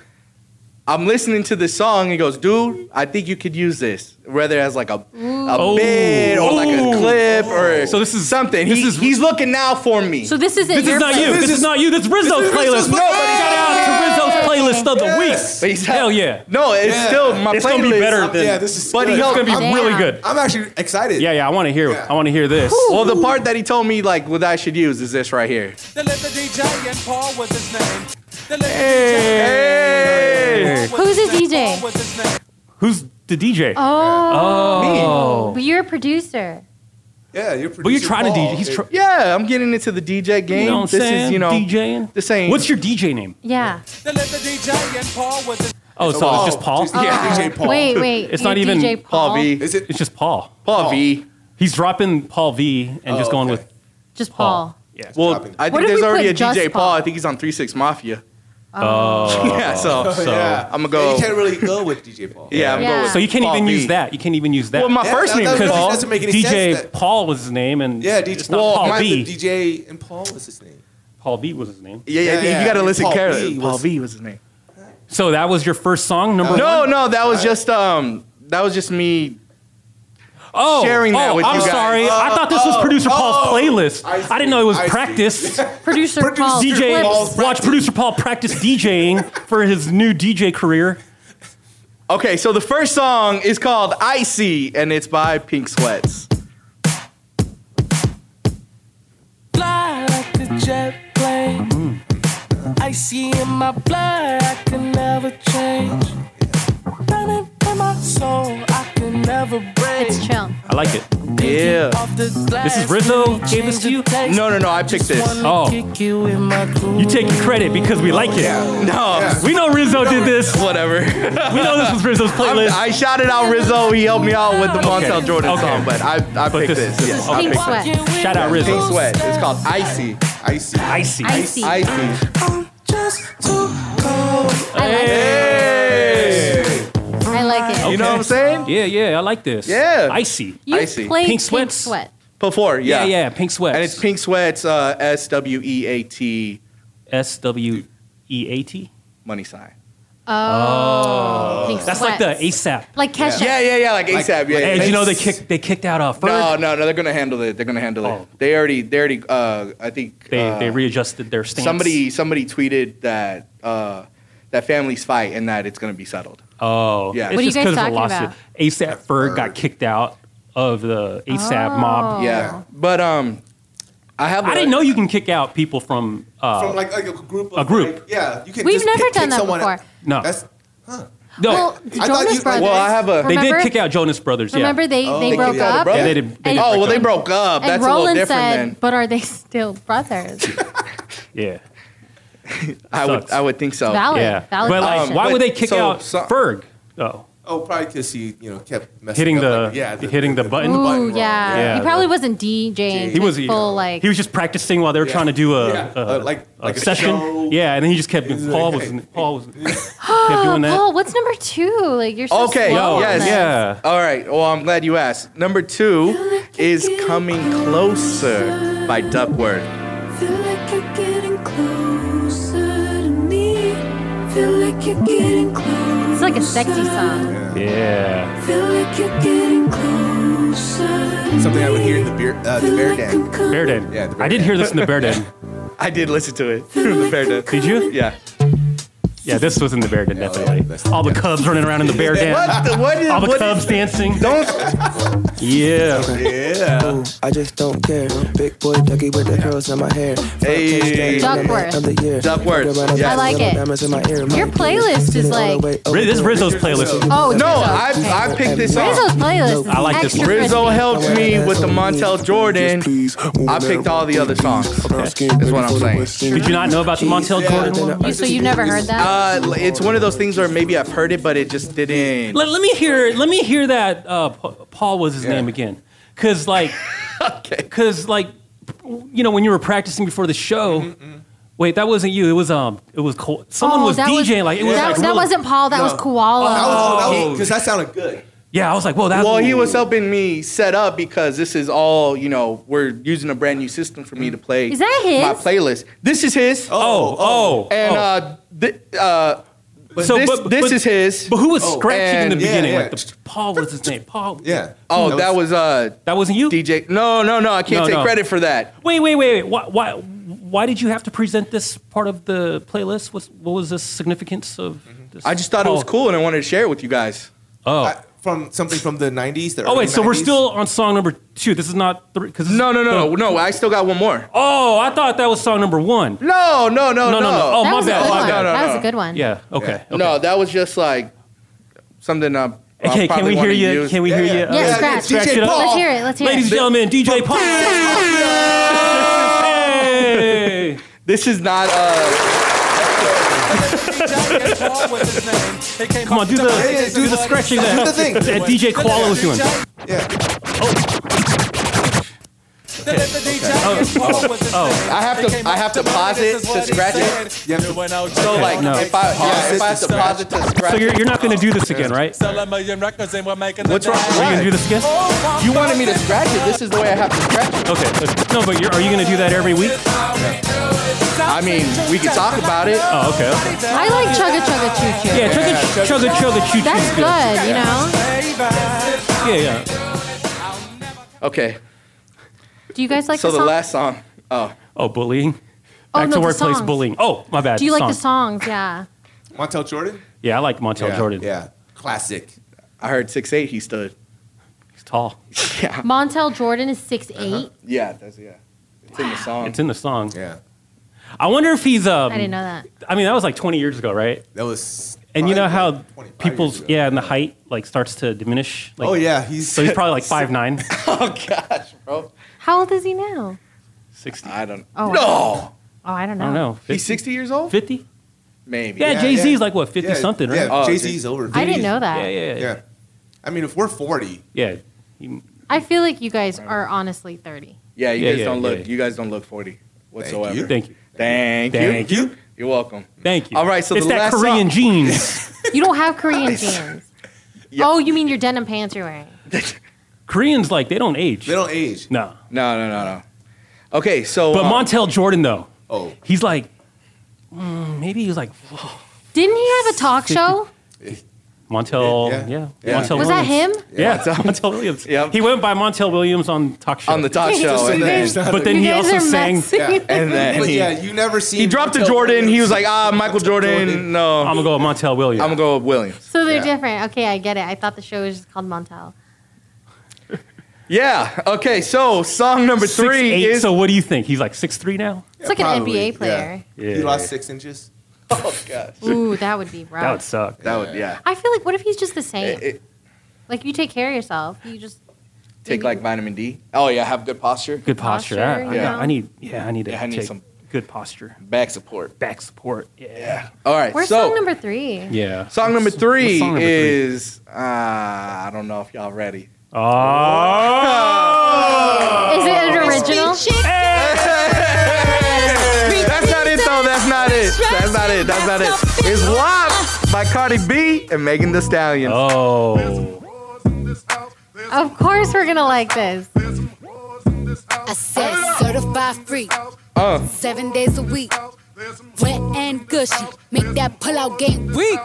I'm listening to this song." He goes, "Dude, I think you could use this, whether as like a a
Ooh.
bit or like a
Ooh. Oh.
clip or
So this is-
something."
this
he,
is-
he's looking now for me.
So this isn't
This
your
is not
place.
you. This, is, not you. This is Rizzo's
This is Rizzo's
playlist.
playlist.
Shout out to Rizzo's playlist of the
Yes. But
week.
he's-
Hell yeah.
No, it's
Yeah.
still my
It's
playlist.
gonna be better
I'm-
than-
Yeah, this is.
But he
good.
helped-
It's gonna be
Damn.
really good.
I'm actually excited.
Yeah, yeah. I want to hear. I want to hear this.
Well, the part that he told me like what I should use is this right here.
The little DJ and Paul was his name. The little
Hey.
DJ.
Who's the DJ?
Who's the DJ?
Uh,
Oh,
Me.
but you're a producer.
Yeah, you're. Producer
But you're trying to
Paul.
DJ. He's tr-
Yeah, I'm getting into the DJ game.
you know what I'm
this
saying?
is you know
DJing.
the same.
What's your DJ name?
Yeah.
The little DJ and Paul was his
Oh, so
Paul.
it's just Paul.
yeah, DJ Paul.
Wait, wait.
It's
you're
not even
DJ Paul.
Paul V?
Is it?
It's just Paul.
Paul V.
He's dropping Paul V and just
Oh,
going
okay.
with
Just
Paul.
Paul.
yeah.
Well,
Dropping.
I
What
think
if
there's
we
already a
put just
DJ Paul.
Paul?
I think he's on Three Six Mafia.
Oh.
yeah, so,
So-
yeah.
I'ma go-
Yeah, you can't really go with DJ Paul.
yeah, I'm
Yeah.
going with
So you can't
Paul
even
V.
use that. You can't even use that.
Well, my
Yeah,
first
that-
name
that
could
doesn't-
Paul.
doesn't make any
DJ
sense that-
Paul was his name, and
Yeah,
it's
DJ
not
Paul.
Paul
my,
V.
the DJ and Paul was his name.
Paul V was his name.
Yeah, yeah, yeah,
Yeah,
You gotta
yeah.
listen
Paul
carefully.
V
Paul
was-
V was his name.
So that was your first song, number one.
No, no, that was just um, that was just me.
Oh,
sharing that
oh,
with you
I'm
guys. Oh,
sorry. I thought this was producer Paul's playlist. I, didn't know it was practice.
Producer, Paul.
DJ,
Flips.
watch producer Paul practice DJing for his new DJ career.
Okay, so the first song is called "Icy" and it's by Pink Sweats.
fly like the jet plane.
Mm-hmm.
Icy in my blood, I can never change. Burning in my soul, I can never break.
It's chill.
I like it.
Yeah.
Off the glass,
This is Rizzo
let me
gave this to you?
change the text.
No, no, no. I picked this.
Wanna
Oh.
kick you in my groove.
You taking credit because we like it.
No,
We know Rizzo did this.
whatever.
We know this was Rizzo's playlist.
I shouted out Rizzo. He helped me out with the Montel
Okay.
Jordan
Okay.
song, but I, I
But
picked
this-
this.
this
Yes,
is-
I
Pink
picked
sweat.
Shout out
this.
Rizzo.
Pink Sweat. It's called Icy.
Icy.
Icy.
Icy. I,
Icy.
Just too cold.
like it.
Hey.
I like it.
You know what I'm saying?
Yeah, yeah, I like this.
Yeah.
Icy.
You
Icy.
played
Pink
Pink,
Sweats.
Sweat.
Before, yeah.
Yeah, yeah, Pink Sweats.
And it's Pink Sweat's uh, S W E A T
S W E A T.
money sign.
Oh. Pink
That's like
Sweats.
the ASAP.
Like Kesha.
Yeah, yeah, yeah. Like ASAP. Yeah.
Hey,
yeah.
did you know they kicked they kicked out uh, Ferg?
No, no, no. They're gonna handle it. They're gonna handle
Oh.
it. They already, they already. Uh, I think
They
uh,
they readjusted their stance.
somebody, somebody tweeted that uh, that families fight and that it's gonna be settled.
Oh,
Yeah.
It's
What
are you
just
guys
'cause of the
talking
lawsuit. ASAP Ferg got kicked out of the
Oh.
ASAP mob.
Yeah. But um, I have.
Oh. I didn't know you can kick out people from. Uh,
From like, like a group. Of,
A group.
like- yeah, you can.
We've
just
never
pick-
done
pick
that
someone
before.
out.
no,
That's
no,
Well, the
I thought
Jonas
you-
Brothers.
Well, I have a-
they did
remember-
kick out Jonas Brothers.
Remember
yeah.
they, they
Oh, they
broke
kicked out
up?
the
yeah, they did. They
And-
did
Oh well,
break
they
up.
broke up.
And
That's a little
Roland
different
said,
then.
but are they still brothers?
Yeah,
I would,
sucks.
I would think so.
Valid.
yeah.
Oh, Valid
But like,
question.
why
but-
would they kick
so-
out
so-
Ferg? though?
oh, probably because he you know kept messing
hitting
up,
the
like, yeah the-
hitting the button.
Ooh,
button wrong.
yeah.
Yeah.
He probably wasn't DJing.
He was he,
full like.
he was just practicing while they were trying to do a,
Yeah.
a-
Uh, like-
a
like a
session.
show.
yeah, and then he just kept Paul was Paul was kept doing that.
Paul, Oh, what's number two? Like you're so
Okay.
slow.
Yo,
on
yes.
this.
Yeah.
All right. Well, I'm glad you asked. Number two is coming closer by Duckworth.
Feel like you're getting closer to me. Feel like you're getting closer.
It's like a sexy song.
Yeah.
Feel like you're getting closer.
something I would hear in the beer uh, the bear den.
Bear Den.
Yeah, the Bear
I did
Den.
hear this in the Bear Den.
I did listen to it. the fair did.
Did you?
Yeah.
Yeah, this was in the bear den, definitely. All the cubs running around in the bear den.
What the- what is-
All the
what is-
cubs dancing. Don't. Yeah. Yeah.
I just don't care. Big boy Dougie with the curls in my hair.
Hey. Duckworth.
I'm the year.
Duckworth.
I like it.
Diamonds in my ear.
Your playlist is like.
This is Rizzo's playlist.
Oh,
No,
Rizzo.
I, I picked this up.
Rizzo's playlist is
I like this
extra
one. Rizzo
crispy.
helped me with the Montel Jordan. I picked all the other songs. That's what I'm saying.
Did you not know about the Montel Jordan one?
You, so you never heard that?
Uh, it's one of those things where maybe I've heard it, but it just didn't.
Let, let me hear. Let me hear that. Uh, Pa- Paul was his name again, because like, because like, you know, when you were practicing before the show.
Mm-hmm,
Wait, that wasn't you. It was um, it was Col- someone
Oh,
was
that
DJing. like it was
that,
like Oh,
that
really-
wasn't Paul. That was Koala.
because that sounded good.
Yeah, I was like, whoa, that's
Well, he was helping me set up because this is all you know. We're using a brand new system for me to play.
Is that his?
My playlist. This is his.
Oh, oh,
and
oh.
uh, th- uh,
But-
so this,
but-
this
but-
is his. Oh.
But who was scratching in
And-
the beginning? Like the, Paul was his name. Paul.
Yeah. Oh, that was, uh
That wasn't you?
DJ. No, no, no. I can't
No,
take
no.
credit for that.
Wait, wait, wait. wait. Why, why, why did you have to present this part of the playlist? What's, what was the significance of this?
Mm-hmm. I just thought it was
Paul.
cool and I wanted to share it with you guys.
Oh.
from something from the 90s.
Oh wait, so we're still on song number two. This is not three. Cause
No, no, no, no. I still got one more.
Oh, I thought that was song number one.
No, no, no,
No, no,
no.
no. Oh, That my was a bad, good my one. bad.
No, no,
That was
no.
a good one. Yeah, okay,
No, that was just like something I. I'll
Okay, can
probably
we hear
wanna
you?
use.
Can we hear you?
Yeah,
uh,
scratch.
it up?
Let's hear it. Let's hear
Ladies and
it.
gentlemen, DJ Paul. Hey.
This is not. Uh,
Come on, do the do the scratching that,
Do the thing.
that DJ Koala was doing.
Oh,
oh. I have to. I have to pause it to scratch it. So like,
No.
if I yeah, if I have to pause it to scratch.
So you're, you're not going to do this again, right?
What's
What's wrong?
Are you going to do this again?
You wanted me to scratch it. This is the way I have to scratch it.
Okay. let's- No, but you're, are you going to do that every week?
I mean, we could talk about it.
Oh, okay. okay.
I like Chugga Chugga Choo Choo.
Yeah, chugga chugga chugga choo choo.
That's good, you know?
Yeah, yeah.
Okay.
Do you guys like
so
the
the
song?
last song. Oh.
Oh, bullying.
Oh,
Back
no,
to
the
workplace
songs.
bullying. Oh, my bad.
Do you like
song.
the songs? Yeah.
Montel Jordan.
Yeah, I like Montel
Yeah,
Jordan.
yeah. Classic. I heard six eight. He stood.
He's tall.
Yeah.
Montel Jordan is six eight.
Yeah. That's yeah. It's in the song.
It's in the song. Yeah. I wonder if he's um.
I didn't know that.
I mean, that was like 20 years ago, right? That was. And you know how people's yeah, and the height like starts to diminish. Like,
Oh, yeah, he's-
so he's probably like five nine.
Oh,
How old is he now?
60.
I don't.
Oh.
No.
Oh, I don't
I don't
know.
know.
He's 60 years old?
50?
Maybe.
Yeah, Jay Z's like what 50
Yeah,
something, right?
yeah, Jay-Z's over
I didn't know that.
Yeah, yeah, yeah.
Yeah. I mean, if we're 40,
yeah.
I feel like you guys are honestly thirty.
Yeah, you
Yeah,
guys
yeah,
don't
yeah,
look.
yeah.
You guys don't look 40 whatsoever.
you. Thank you.
Thank you.
Thank you.
You're welcome.
Thank you.
All right, so
it's
the
that
last song-
Korean jeans.
You don't have Korean jeans. Oh, you mean your denim pants you're wearing?
Koreans like they don't age. They
don't age.
No.
No, no, no, no. Okay, so
But
um,
Montel Jordan though,
oh,
he's like mm, maybe he was like
Didn't he have a talk show?
Montel. Yeah.
Yeah.
Montel
Was that
Williams.
him?
Yeah, Montel Williams. He went by Montel Williams on talk show.
On the talk show, and then-
but then
You
he
guys
also
are
sang.
messy. Yeah, and then
but
he-
yeah, you never see.
he dropped the Jordan. He was like, ah, Michael Jordan. No, I'm
gonna go with Montel Williams.
I'm gonna go with Williams.
So they're different. Okay, I get it. I thought the show was just called Montel.
Yeah. Okay. So song number three
eight,
is
so what do you think? He's like six three now.
It's like an
probably, yeah.
NBA player.
Yeah.
He lost six inches.
Oh gosh.
Ooh, that would be rough.
That would suck.
That would yeah.
I feel like what if he's just the same?
It- it-
like you take care of yourself. You just
take like vitamin D. Oh yeah, have good posture.
Good posture. I- I,
Yeah.
I need. Yeah, I need to
Yeah, I need
take
some-
good posture.
Back support.
Back support. Yeah.
All right.
where's
so
song number three?
Yeah.
song number three
song number three?
is uh, I don't know if y'all ready.
Oh.
Is it
Oh.
an original?
That's not it though. That's not it. That's not it. That's not it. It's WAP by Cardi B and Megan The Stallion.
Oh.
Of course we're gonna like this.
I said certified free,
Oh.
seven days a week, wet and gushy. Make that pull out game weak.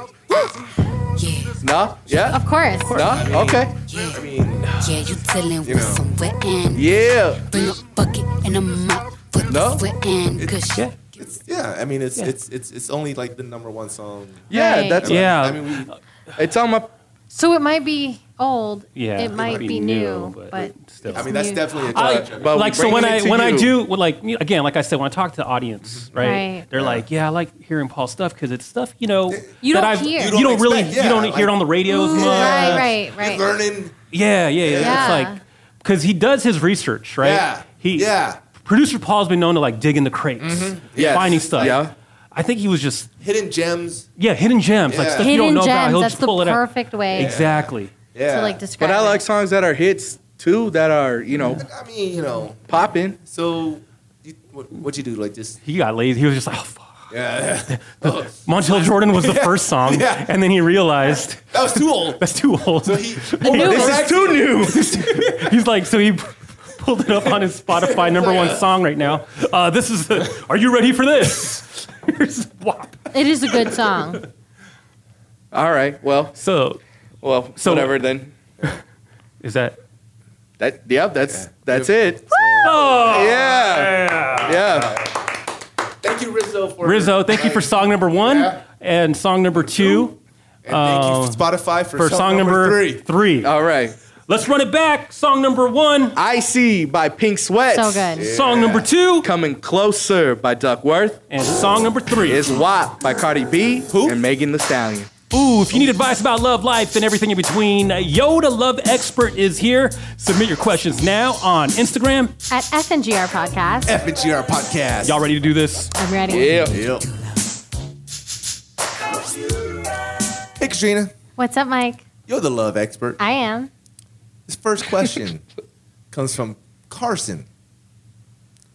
No. Yeah.
Of course.
No. Okay.
Yeah, yeah, you dealing
You
with
know.
some wet and
Yeah.
bring a bucket and a mop with
No.
this wet and gushy.
Yeah, I mean it's
Yeah.
it's it's it's only like the number one song.
Yeah,
Right.
that's
Yeah.
I
mean, we,
it's on my.
So it might be old.
Yeah,
It might be new, but
I mean, that's
new.
definitely a
I-
challenge. mean,
like so when
bringing
I
it to
when I
you-
do when like you know, again like I said when I talk to the audience right,
Right.
they're like yeah I like hearing Paul's stuff because it's stuff you know
You
that
don't
I've,
hear.
you
You
don't,
don't
really
expect,
you
yeah,
don't hear it
like-
on the radio as
Ooh,
much
right, right, right.
learning.
yeah yeah yeah,
Yeah.
it's like because he does his research right
Yeah.
he
Yeah.
producer Paul's been known to like dig in the crates
Mhm.
yeah
Yes.
finding stuff
Yeah.
I think he was just
hidden gems
yeah hidden gems like
Yeah.
stuff you
Hidden
don't know
gems.
about he'll
that's
just
the
pull it out
perfect way.
exactly
Yeah.
To like describe.
But I like songs that are hits too, that are you know
I mean, you know,
popping.
So, you, what, what'd you do? Like just
he got lazy he was just like oh, fuck.
yeah, Oh, yeah.
Montel Jordan was the
Yeah.
first song
Yeah.
and then he realized
that was too old.
That's too old.
new This one. is too
new. He's like, so he pulled it up on his Spotify number one song right now. Uh, this is. The, are you ready for this?
It is a good song.
All right. Well.
So.
Well.
so-
whatever then.
Is that?
That. Yeah. That's. That's it.
Oh.
Yeah. Yeah.
Thank you, Rizzo, for
Rizzo, thank you for song number one and song number two. And
thank you, Spotify, for song number three. Uh,
All right.
Let's run it back. Song number one.
I see by Pink Sweat.
So good. Song number two.
Coming closer by Duckworth.
And song number three
is WAP by Cardi B and Megan The Stallion.
Ooh, if you need advice about love, life, and everything in between, Yoda Love Expert is here. Submit your questions now on Instagram.
At FNGR podcast.
FNGR podcast.
Y'all ready to do this?
I'm ready.
Hey, Katrina,
What's up, Mike?
you're the love expert.
I am.
This first question comes from Carson.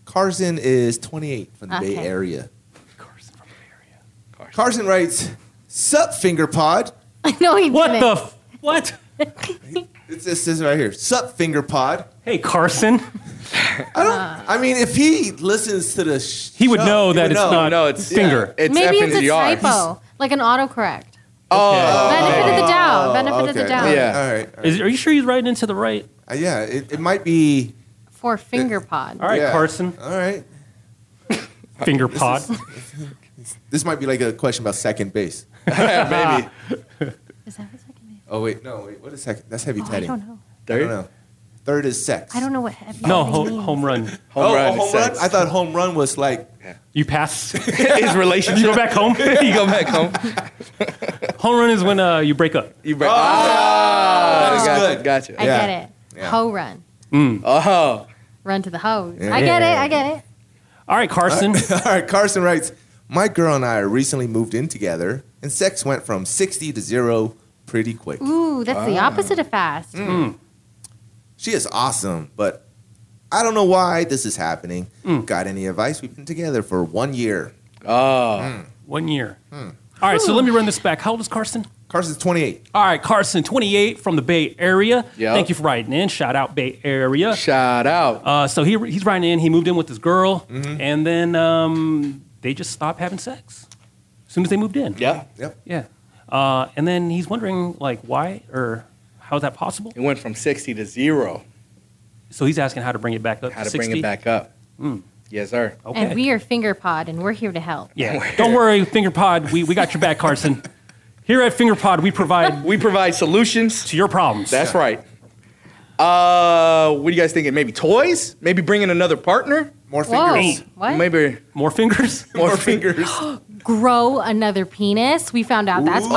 Carson is 28 from the Bay
Okay.
Area. Carson from the Bay Area. Carson, writes, Sup, finger pod.
no, he
What
didn't.
the? F- what?
It's this is right here. Sup, finger pod.
Hey, Carson.
I don't.
Uh-huh.
I mean, if he listens to the, sh-
He would
show,
know
he
that
would
it's
know.
not finger.
It's
Maybe it's a
FNGR.
typo, like an autocorrect.
Oh,
Benefit of the doubt. Benefit of the doubt.
All right. all
Is, are you sure he's writing into the right?
right. Uh, yeah. It, it might be.
For finger pod.
All right,
Yeah.
Carson.
All right.
Finger pod.
This might be like a question about second base.
Is
Maybe.
that what's like?
Oh wait, no, wait. What is second? That's heavy
Oh, I
tatting.
don't know.
I don't know. Third is sex.
I don't know what heavy
No,
tatting
ho-
means.
home run.
oh, oh, home run. I thought home run was like
You pass.
His relationship.
You go back home.
you go back home.
home run is when uh, you break up.
You break. Ah,
That's
gotcha,
good.
Gotcha.
I get it.
Yeah.
Ho run.
Oh.
Run to the ho.
Yeah.
I get it. I get it.
All right, Carson.
All right, Carson writes, My girl and I recently moved in together, and sex went from 60 to zero pretty quick.
Ooh, that's the
Ah.
opposite of fast.
Mm,
She is awesome, but I don't know why this is happening. Got any advice? We've been together for one year.
Oh.
One year. All right, so let me run this back. How old is Carson?
Carson's 28.
All right, Carson, 28 from the Bay Area.
Yep.
Thank you for writing in. Shout out Bay Area.
Shout out.
Uh, so he, he's writing in. He moved in with his girl,
Mm-hmm.
and then um, they just stopped having sex as soon as they moved in.
Yeah.
Yep.
Yeah. Uh, and then he's wondering like why or how is that possible?
It went from 60 to zero.
So he's asking how to bring it back up.
How
to
to bring
60.
it back up.
Hmm.
Yes, sir.
Okay.
And we are finger pod, and we're here to help.
yeah. Don't worry, Finger Pod. We, we got your back, Carson. Here at Finger Pod, we provide
We provide solutions.
to your problems.
That's right. Uh, what are you guys thinking? Maybe toys? Maybe bring in another partner?
More
Whoa, fingers. what?
Maybe
More fingers.
more fingers.
Grow another penis. We found out that's
Oh,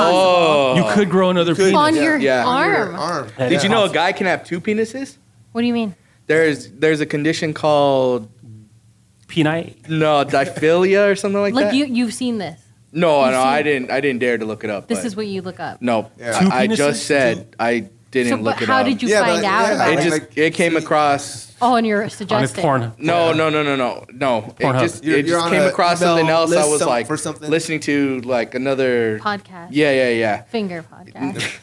possible.
You could grow another penis.
On your arm.
That
Did
is
you know a guy can have two penises?
What do you mean?
There's there's a condition called
Penite.
no diphilia or something like
Like
that.
you, you've seen this.
no,
you
no,
see-
I didn't. I didn't dare to look it up.
This
but-
is what you look up.
no.
Yeah.
I-
Two
I just
penises?
said I didn't
So,
look
but
it
how
up.
did you
Yeah,
find
but-
out
yeah,
about
like-
It
it?
just it came across.
oh, and you're suggesting.
No, no, no, no, no, no. It
Pornhub.
just
You're-
it
you're
just
on
came
a
across
email
something else. I
list
was
some-
like
for something?
listening to like another
Podcast.
Yeah, yeah, yeah.
Finger podcast.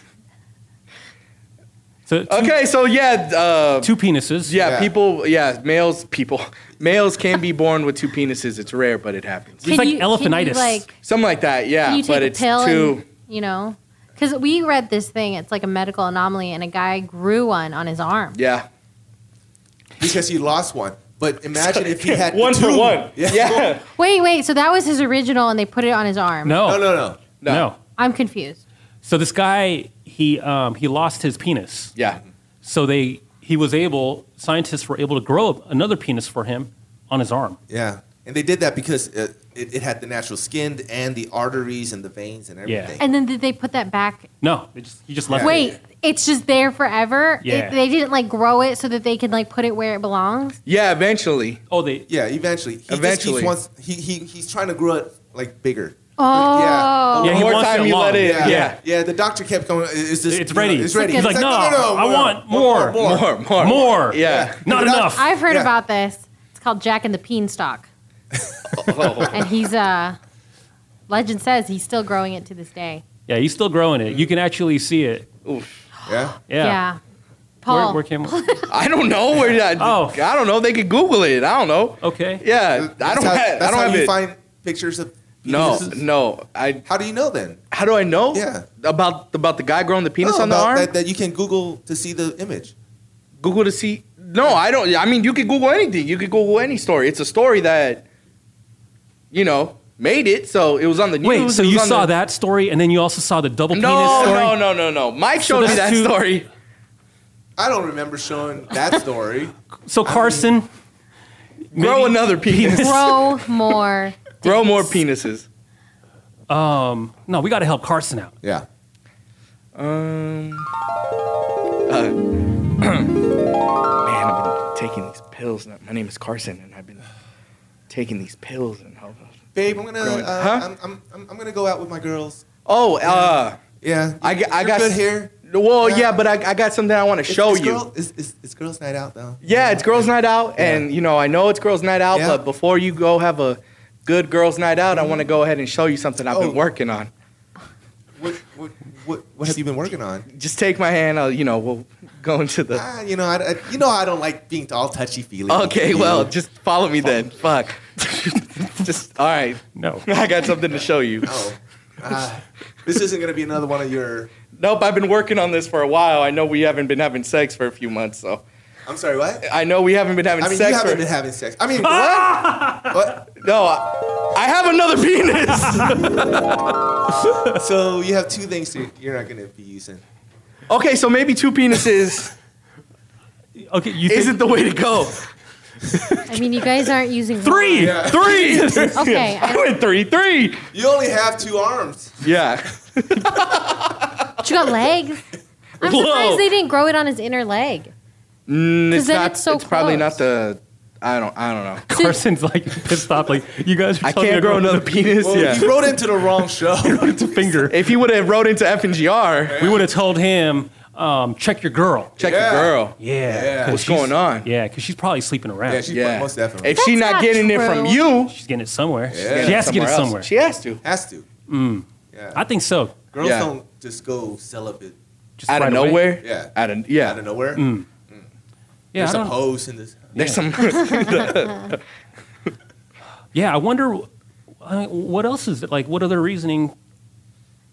So two,
Okay, so yeah, uh,
two penises.
yeah,
Yeah.
people, yeah, males, people, males can be born with two penises. It's rare, but it happens.
It's like
Can you,
elephantinitis.
like,
Something like that, yeah.
can you take
but
a
it's
pill
too.
and, you know? Because we read this thing. It's like a medical anomaly, and a guy grew one on his arm.
yeah.
Because you lost one. But imagine if he had
One for
two.
one.
Yeah.
Wait, wait. So that was his original, and they put it on his arm.
No.
no, no,
no, no.
I'm confused.
So this guy, he um, he lost his penis.
Yeah.
So they he was able scientists were able to grow another penis for him on his arm.
Yeah, and they did that because uh, it, it had the natural skin and the arteries and the veins and everything.
And then did they put that back?
No, they just he just left.
Wait, it's just there forever.
Yeah.
They, they didn't like grow it so that they could like put it where it belongs.
Yeah, eventually.
Oh, they.
Yeah, eventually. He
Eventually.
Just, he wants. He, he he's trying to grow it like bigger.
Oh.
Yeah.
Yeah, he More wants time it you let long. it in, yeah.
Yeah. The doctor kept going. Is this?
It's ready.
it's ready.
He's like, no, I want more,
more,
more, more, Yeah. Not enough.
I've heard
Yeah.
about this. It's called Jack and the Beanstalk, and he's uh, legend says he's still growing it to this day.
Yeah, he's still growing it. You can actually see it.
Yeah.
Yeah.
Paul.
Where, where came?
I don't know where that. oh. I don't know. They could Google it. I don't know.
Okay.
Yeah, I don't.
How,
have,
that's
I don't
how
have
you
it.
find pictures of.
no,
penises?
no. I.
How do you know then?
How do I know?
Yeah.
About about the guy growing the penis
No,
on the
about
arm.
that, that you can Google to see the image.
Google to see. No, I don't. I mean, you could Google anything. You could Google any story. It's a story that, you know, made it. So it was on the news.
Wait, so
it was
you
on
saw
the-
that story, and then you also saw the double penis
No,
story.
no, no, no, no. Mike
So
showed me
that's
that
two-
story.
I don't remember showing that story.
So Carson,
grow another penis.
Grow more.
Grow more penises.
Um, no, we got to help Carson out.
Yeah.
Um. uh, man, I've been taking these pills. now. My name is Carson, and I've been taking these pills. And how
Babe, I'm gonna.
Growing-
Uh,
Huh?
I'm, I'm, I'm, I'm gonna go out with my girls.
Oh, uh,
yeah.
I, g- I
You're
got
good
s-
here.
Well, yeah, but I, I got something I want to
It's-
show
it's
you.
girl- it's, it's, it's girls' night out though.
Yeah, it's girls' night out, and you know I know it's girls' night out,
Yeah. Mm-hmm.
but before you go have a good girls' night out, I want to go ahead and show you something I've
Oh.
been working on.
What, what, what, what have you been working on?
Just take my hand. I'll, you know, we'll go into the.
Ah, you know, I, I- you know, I don't like being all touchy feely.
Okay, well, just follow me then. Fuck. just all right.
No,
I got something to show you.
Oh. uh, this isn't gonna be another one of your.
Nope, I've been working on this for a while. I know we haven't been having sex for a few months, so
I'm sorry, what?
I know we haven't been having
I mean, you
Uh, sex.
haven't
for-
been having sex. I mean, what?
No, I, I have another penis.
so you have two things to, you're not gonna be using.
okay, so maybe two penises
Okay, you
isn't the way to go.
I mean, you guys aren't using
Three,
one.
three.
Okay, I-
I
went three, three.
You only have two arms.
Yeah.
But you got legs. I'm
Whoa.
surprised they didn't grow it on his inner leg.
Mm,
'Cause
it's
then
not.
it's
It's,
so
probably not the. I don't. I don't know.
Carson's like pissed off. Like you guys are
I
telling me
can't grow another penis.
Well,
yeah.
you wrote into the wrong show.
It's a finger.
if he would have wrote into FNGR,
We would have told him, um, check your girl.
check
Yeah.
the girl.
Yeah.
Yeah.
'cause
What's
she's-
going on?
Yeah, because she's probably sleeping around.
Yeah, she
Yeah.
most definitely
If she
That's
not,
not
getting it from
true.
you,
she's getting it somewhere.
Yeah.
She has to get it
else.
somewhere.
She has to.
has to.
Mm.
Yeah.
I think so.
Girls
Yeah.
don't just go celibate.
Just
Out of
right away.
nowhere.
Yeah.
Out of yeah.
Out of nowhere.
Uh, Mm. Yeah, I
There's a
don't-
pose in this.
There's some.
yeah. I wonder I mean, what else is it like. What other reasoning?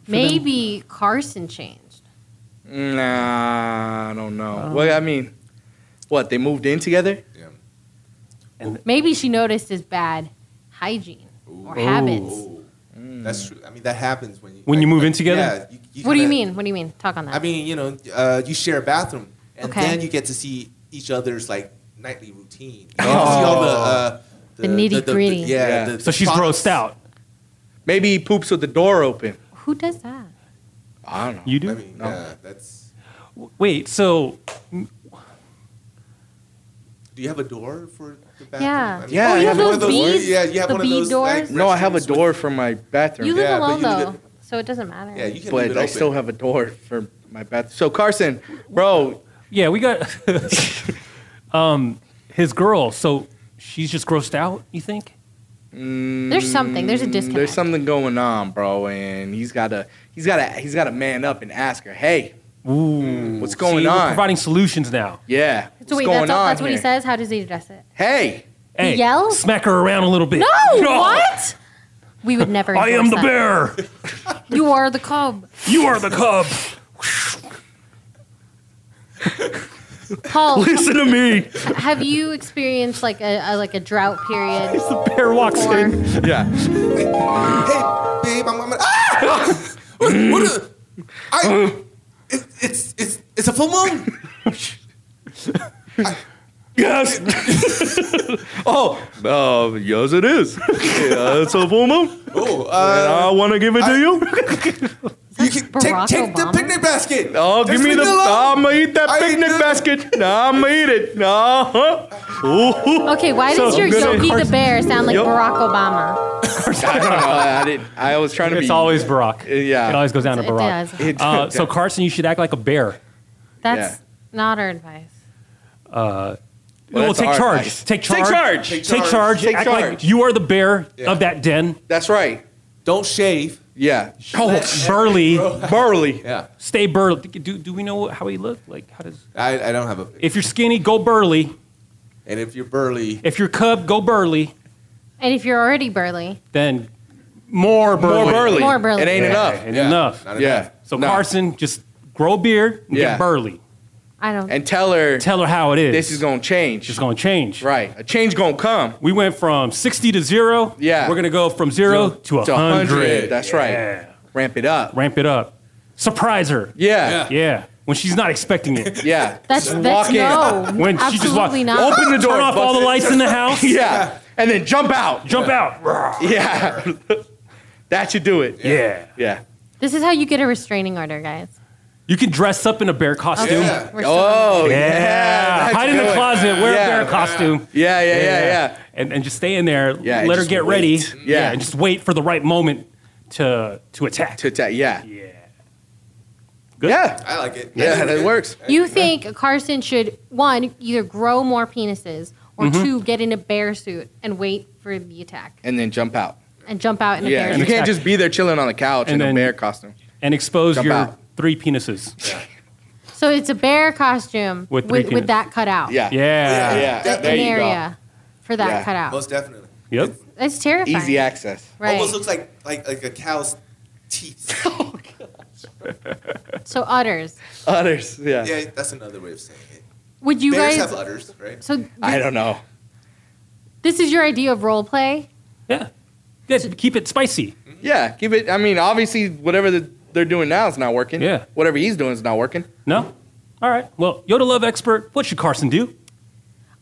Maybe Carson changed.
nah, I don't know. well, I mean, what they moved in together?
Maybe she noticed his bad hygiene or habits.
Ooh. That's true. I mean, that happens when you
Mm. When you
like-
move in
like,
together?
Yeah, you,
What do you
kinda-
mean? What do you mean? Talk on that.
I mean, you know, uh, you share a bathroom, and
Okay.
then you get to see each other's like nightly routine. You get to see all the, uh,
The nitty-gritty.
yeah.
Yeah.
the-
Oh. So
the
she's
products.
grossed out.
Maybe he poops with the door open.
Who does that?
I don't know.
You do?
I mean, yeah, that's.
Wait. So
Do you have a door for the bathroom?
Yeah.
I mean,
Yeah, Oh, you
you
have
have one
those
of those.
beads?
Yeah, you have
The
one of
bead
those. like,
doors?
no, I have a
restrooms with-
door for my bathroom.
You live
Yeah, but
alone
you live
though, so it doesn't matter.
Yeah, you can leave
but
it
I
open.
still have a door for my bathroom. So Carson, bro,
yeah, we got um, his girl. So she's just grossed out. You think?
There's something. There's a disconnect.
there's something going on, bro, and he's gotta he's gotta he's gotta man up and ask her, hey,
Ooh.
what's going
See, we're
on?
providing solutions now.
yeah, what's
so wait,
going
that's, all,
on
that's what he
here?
says. How does he address it?
Hey,
Hey,
Yell?
Smack her around a little bit.
No,
Oh,
what? We would never.
I am
endorse
the bear.
that. You are the cub.
You are the cub.
Paul,
Listen to me.
have you experienced like a, a like a drought period?
the bear walks in.
Yeah.
Babe, I'm, I'm gonna. Ah! what, what a, I, it, it's, it's, it's a full moon.
Yes. oh,
Uh, yes, it is. yeah, it's a full moon.
Oh,
and I want to give it to you.
Take, take the picnic basket.
Oh, give
Just
me
leave
the.
it alone.
I'm gonna eat that
I eat
picnic
the-
basket. Nah, I'm gonna eat it. Nah. Huh?
Okay, why does your Yogi the Bear sound like
Yep.
Barack Obama?
I don't know. I, I didn't. I was trying to be.
It's always Barack.
Yeah.
It always goes down to
It does.
Barack.
It
Uh,
does.
so Carson, you should act like a bear.
That's
Yeah.
not our advice.
Uh,
Well,
well,
that's
take,
our
charge.
advice.
take
Take
charge.
charge.
Take
Take
charge.
charge. Take
Act like
charge.
you are the bear of that den.
That's right.
Don't shave.
Yeah.
Oh, burly.
Burly.
Yeah.
Stay burly. Do, do we know how he looked? Like how does?
I, I don't have a.
If you're skinny, go burly.
And if you're burly,
If you're cub, go burly.
And if you're already burly,
Then more burly.
burly. More burly. It ain't
Yeah,
enough.
Ain't
Yeah.
enough.
Not enough. Yeah.
So
No.
Carson, just grow a beard. And
Yeah.
Get burly.
I don't.
And tell her.
Tell her how it is.
This is gonna change.
It's gonna change.
Right. A change gonna come.
We went from sixty to zero.
Yeah.
We're gonna go from zero to a
To 100.
hundred.
That's right. Ramp it up.
Ramp it up. Surprise her.
Yeah.
Yeah. When she's not expecting it.
Yeah.
That's-
Just
that's
walk
no.
in.
When she just walks,
Absolutely not.
open the door, turn off all the lights in the house.
yeah. And then jump out.
Jump out.
Yeah. that should do it.
Yeah.
Yeah.
This is how you get a restraining order, guys.
You can dress up in a bear costume.
Okay,
Yeah.
we're still on that.
Oh, yeah. that's
Hide in the
good.
closet, wear
Yeah.
a bear costume.
Yeah, yeah, yeah, yeah.
And, and just stay in there.
Yeah, and
let her
just
get
wait.
ready.
Yeah.
and just wait for the right moment to to attack.
To attack, yeah.
Yeah.
Yeah.
I like it.
Yeah, that works.
You think Carson should one either grow more penises or
Mhm.
two get in a bear suit and wait for the attack
And then jump out.
and jump out in a
Yeah.
bear
You
suit.
can't just be there chilling on the couch
And
in
then-
a bear costume.
And expose
Jump
your
out.
three penises.
So it's a bear costume
With
with,
three
with,
penises.
that cut out.
Yeah. Yeah.
Yeah.
Like
Ah. There
an
you go.
area for that
Yeah.
cut out.
most definitely.
Yep.
That's terrifying.
Easy access.
Right.
Almost looks like like like a cow's teeth.
So udders.
Udders. Yeah.
yeah, that's another way of saying it.
Would you guys
Bears have udders, right?
So th-
I don't know.
this is your idea of role play?
Yeah. Yeah. keep it spicy.
Yeah. Keep it. I mean, obviously, whatever the, they're doing now is not working.
Yeah.
Whatever he's doing is not working.
No? All right. Well, Yoda Love Expert, what should Carson do?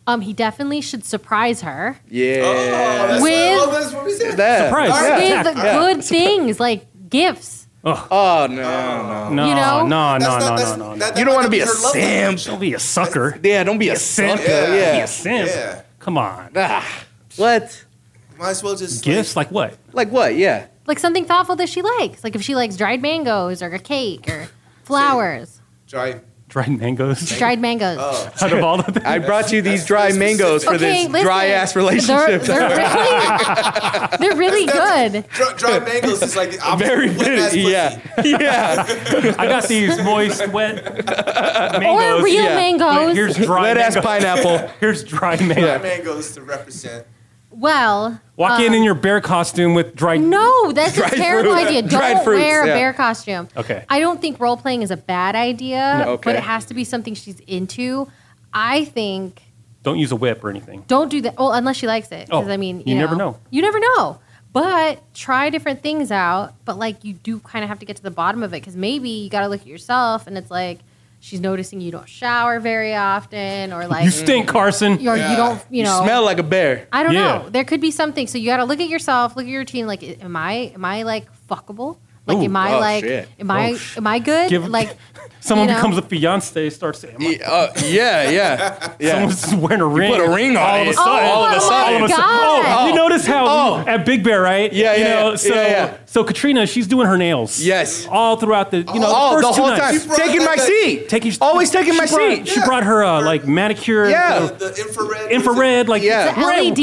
Um he definitely should surprise her
Yeah.
that's
With-
oh, that's what we said.
That.
Surprise.
with
Yeah.
Yeah.
good things like gifts.
Oh no, no.
No,
You know?
no, no,
That's
no,
not- that's-
no, no.
that- that
You don't
might
want to
not
be a
her love
simp.
language.
Don't be a sucker.
Yeah, don't be a
simp.
simp.
Yeah.
Be
Yeah.
a simp.
Yeah.
Come on.
Ah, what?
Might as well just
Gifts? Like what?
Like what? Yeah.
Like something thoughtful that she likes. Like if she likes dried mangoes or a cake or flowers.
like, try.
Dried mangoes?
Dried mangoes.
Oh,
Out of all the things.
I brought you these dry
very
mangoes for
Okay,
this dry ass
They're,
relationship.
they're really, they're really good.
dry, dry mangoes is like the opposite.
Very
of wet ass
big.
pussy.
Yeah. Yeah.
I got these moist, wet mangoes.
Or real
yeah.
mangoes.
Here's dry
Wet ass
mango.
pineapple.
Here's dry mango.
Dry mangoes to represent.
well,
Walk in
um,
in your bear costume with dried.
No, that's a
Dried
terrible
fruit.
idea.
Dried
Don't
fruits,
wear a
yeah.
bear costume.
Okay.
I don't think role playing is a bad idea,
No.
but
Okay.
it has to be something she's into. I think
Don't use a whip or anything.
don't do that. Well, unless she likes it, because
Oh,
I mean,
you never know.
You never know. But try different things out. But like, you do kind of have to get to the bottom of it because maybe you got to look at yourself, and it's like she's noticing you don't shower very often, or like
you stink, Carson.
or you don't, you know,
smell like a bear.
I don't
Yeah.
know. There could be something. So you got to look at yourself, look at your routine. Like, am I am I like fuckable? Like,
Ooh.
am I
Oh,
like
shit.
am I
Oh, sh-
am I good?
Give-
like,
Someone
you know.
becomes a fiance, starts saying,
Yeah, uh, yeah, yeah, yeah.
Someone's wearing a ring.
put a ring on
all
it.
Of a sudden,
Oh
all of a
my
sudden, all of a sudden.
God.
Oh, you
Oh.
notice how
Oh.
at Big Bear, right?
Yeah,
You
yeah,
know,
yeah.
so
Yeah, yeah.
so Katrina, she's doing her nails.
Yes.
all throughout the you know
oh,
the
the
first two
whole time.
nights.
She brought
Taking my
that-
seat.
Taking,
Always taking
she
my
brought-
seat.
She brought her uh, like manicure.
Yeah.
you know,
The infrared.
Infrared, like
Yeah. It's
a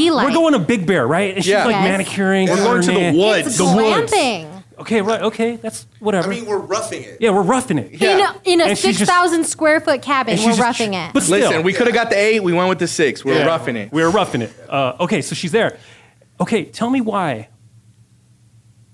LED light.
We're going to Big Bear, right? And she's
Yeah.
like
Yes.
manicuring.
We're
doing
going
her
to the
nail.
woods.
it's
The woods.
glamping
Okay, right. Okay, that's whatever.
I mean, we're roughing it.
yeah, we're roughing it.
Yeah.
in a, in a
And she's just-
six thousand square foot cabin.
And
We're
she's just-
roughing it.
But still,
Listen, we could have got the eight. We went with the six. We're
Yeah.
roughing it.
We were roughing it. Uh, okay, so she's there. Okay, tell me why.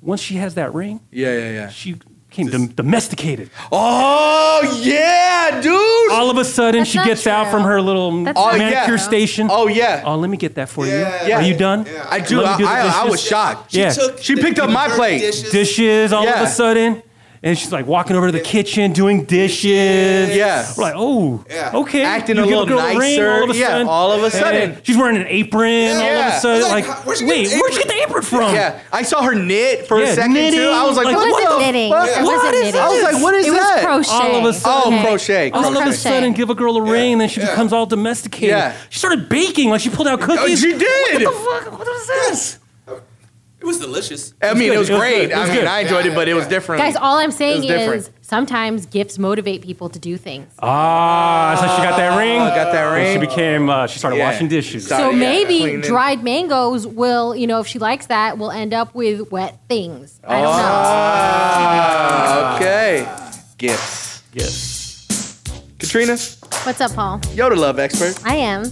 Once she has that ring,
Yeah, yeah, yeah.
she became dom- domesticated.
Oh yeah, dude.
All all of a sudden she gets out from her little
That's not
manicure
true.
station.
Oh yeah.
Oh, let me get that for you.
Yeah.
Are you done?
I do.
Let
I,
me the
I, I
dishes.
was shocked.
yeah.
she picked up my plate.
dishes all of
Yeah.
a sudden. And she's like walking over to the kitchen doing dishes.
Yeah.
We're like, oh, okay.
Acting
You
a
give
little
girl a ring
nicer.
all of a
Yeah,
sudden.
all of a
And
sudden.
she's wearing an apron all of a
Yeah.
sudden.
Like,
Like, wait, where'd you get the apron from?
Yeah, I saw her knit for
Yeah,
a second
knitting,
too. I was like,
like,
what
It
the
wasn't
knitting.
fuck?
It
What
wasn't
is-
knitting.
I was like, what is
It was
that?
crochet.
All of a sudden,
Oh, crochet.
All of a
crochet.
sudden, give a girl a ring, then she becomes all domesticated.
Yeah.
She started baking, like she pulled out
Oh,
cookies.
she did.
What the fuck? What was this?
It was delicious.
I mean, it was great.
good. It
I
was
mean,
good.
I enjoyed it, but it was different.
Guys, all I'm saying
It was different. Uh,
is sometimes gifts motivate people to do things.
Ah, so she got that ring. Got
that
ring. she became. Uh, she started
Yeah.
washing dishes.
so maybe dried mangoes will, you know, if she likes that, will end up with wet things. I don't
Ah, okay. Gifts.
Gifts.
Katrina,
know. What's up, Paul?
Yoda love expert.
I am.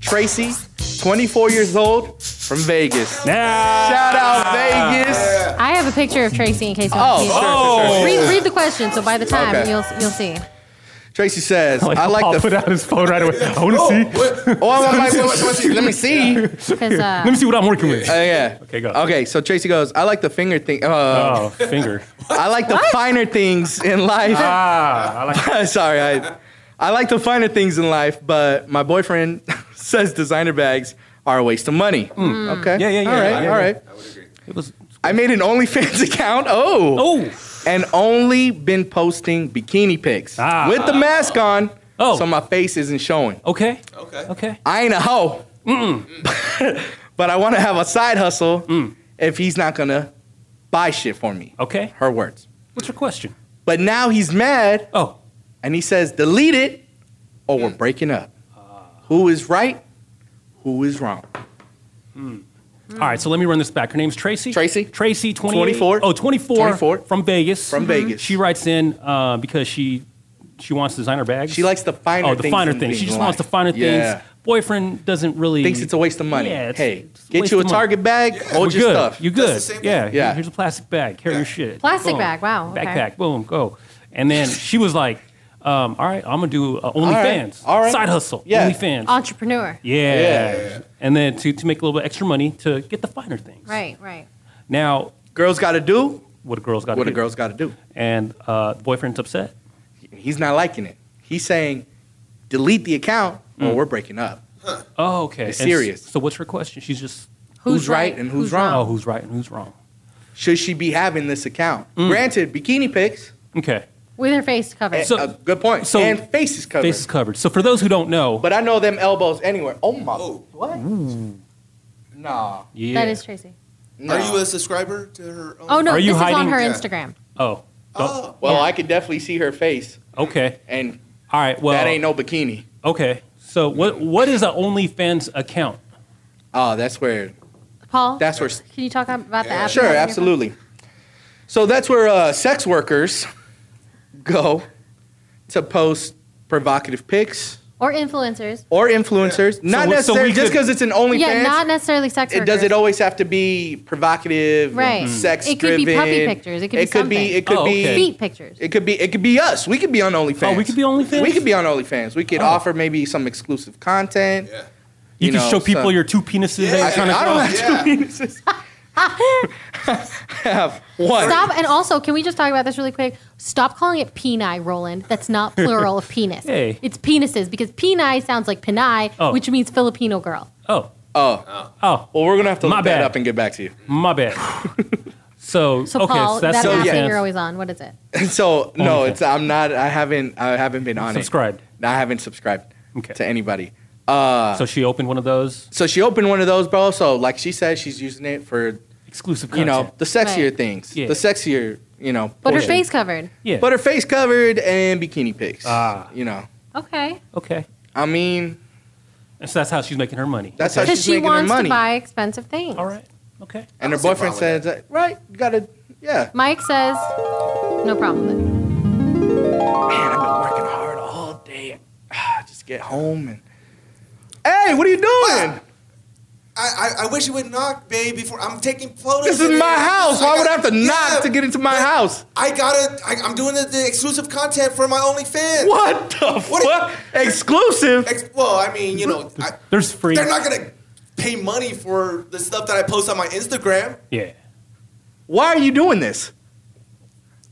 Tracy, 24 years old, from Vegas. Shout out
Ah.
Vegas.
I have a picture of Tracy in case you want
Oh,
to see it.
sure, sure, sure, sure.
Read, read the question, so by the time
Okay.
you'll you'll see.
Tracy says, I like
Paul
the.
put out his phone right away. I want to see.
Oh, I want my- let me see.
uh,
let me see what I'm working with.
Oh yeah. Okay, go. Okay, so Tracy goes, I like the finger thing. Uh,
Oh, finger.
I like the finer things in life.
Ah, I like
Sorry, I, I like the finer things in life, but my boyfriend says designer bags are a waste of money. Okay.
Hmm. Yeah, yeah, yeah,
All right,
yeah, yeah,
all right.
yeah. I would agree. It was
I made an OnlyFans account. Oh.
Oh.
And only been posting bikini pics
Ah.
with the mask on. Oh. So my face isn't showing.
Okay. Okay. Okay.
I ain't a hoe. but I want to have a side hustle
Mm.
if he's not going to buy shit for me.
Okay.
Her words.
What's your question?
But now he's mad.
Oh.
And he says, delete it or we're
Mm.
breaking up.
Ah.
Who is right? Who is wrong?
All right, so let me run this back. Her name's Tracy. Tracy. Tracy, 28.
24.
Oh, 24.
24.
From Vegas. Mm-hmm.
From Mhm. Vegas.
She writes in uh, because she she wants designer bags.
She likes the finer
Oh, the
things
finer
in
things. She
things
just
in
wants the
life.
finer
Yeah.
things. Boyfriend doesn't really.
Thinks it's a waste of money.
Yeah, it's-
hey,
it's
get
waste
you a
of money.
Target bag, hold
We're
your
good.
stuff.
You're good. yeah. here-
Yeah.
Here's a plastic bag. Carry your shit.
Plastic
Boom.
bag, wow, okay.
Backpack. Boom. Go. And then she was like, um, "All right, I'm gonna do uh,
All right,
OnlyFans.
all right.
Side hustle.
Yeah.
OnlyFans.
Entrepreneur.
yeah.
Yeah.
And then to to make a little bit extra money to get the finer things.
Right, right.
Now,
girls got to do
what a girl's got to do.
What a girl's got to do.
And uh, the boyfriend's upset.
He's not liking it. He's saying, delete the account
Mm.
or we're breaking up.
Oh, okay.
It's
And s-
serious.
So what's her question? She's just
Who's right and who's wrong?
Oh, who's right and who's wrong?
Should she be having this account?
Mm.
Granted, bikini pics.
Okay.
With her face covered.
So, good point.
so-
and face is covered.
Face is covered. So for those who don't know,
But I know them elbows anywhere. Oh my. What? Nah.
yeah.
That is Tracy.
Are you a subscriber to her? Own?
Oh no,
Are you
this is on
hiding-
her
Yeah.
Instagram.
Oh.
Oh.
Well, I could definitely see her face,
Okay.
and
All right. Well.
that ain't no bikini.
Okay. So what what is an OnlyFans account?
Oh, that's where.
Paul,
That's where.
can you talk about the app?
Sure, absolutely. So that's where uh, sex workers go to post provocative pics
Or influencers.
or influencers. Not
we- so
necessarily
we could-
just because it's an OnlyFans.
Yeah, not necessarily sex
it
workers.
does it always have to be provocative,
Right.
right?
Mm.
Sex
It could be
driven.
puppy pictures. It could be something.
It could
Oh,
be.
okay.
Feet pictures.
It could be. It could be us. We could be on OnlyFans.
Oh, we could be OnlyFans. Oh.
We could be on OnlyFans. We could offer maybe some exclusive content. Yeah.
You, can show people your two penises. that you're trying to
I
throw.
don't have two penises. I have one.
Stop. And also, can we just talk about this really quick? Stop calling it peni, Roland. That's not plural of penis.
Hey.
It's penises because peni sounds like Panay,
Oh.
which means Filipino girl.
Oh.
Oh.
Oh.
Well, we're gonna have to
My
look that
bad.
up and get back to you.
My bad. So,
So,
okay,
Paul,
so that's
that
OnlyFans.
app that you're always on, what is it?
So no,
OnlyFans.
it's I'm not. I haven't. I haven't been on
Subscribed.
it. No, I haven't subscribed
Okay.
to anybody. Uh,
So she opened one of those
so she opened one of those, bro. So like she said, she's using it for
exclusive.
you
Content.
know the sexier
Right.
things,
Yeah.
the sexier you know.
But her
portion.
face covered.
Yeah.
But her face covered and bikini pics.
Ah.
You know.
Okay.
Okay.
I mean,
And so that's how she's making her money.
that's how
Because
she's
she
making her
wants
money.
to buy expensive things.
All right. Okay.
and her boyfriend says, uh, right, you gotta, yeah.
Mike says, no problem. with it.
Man, I've been working hard all day. Just get home and. Hey, what are you doing?
I, I, I wish you would knock, babe. Before I'm taking photos.
This
today.
is my house. Why would I have to
Yeah,
knock to get into my house?
I gotta. I, I'm doing the, the exclusive content for my OnlyFans.
What the fuck? Exclusive.
Ex- well, I mean, you know, I,
There's free.
they're not gonna pay money for the stuff that I post on my Instagram
Yeah.
Why are you doing this?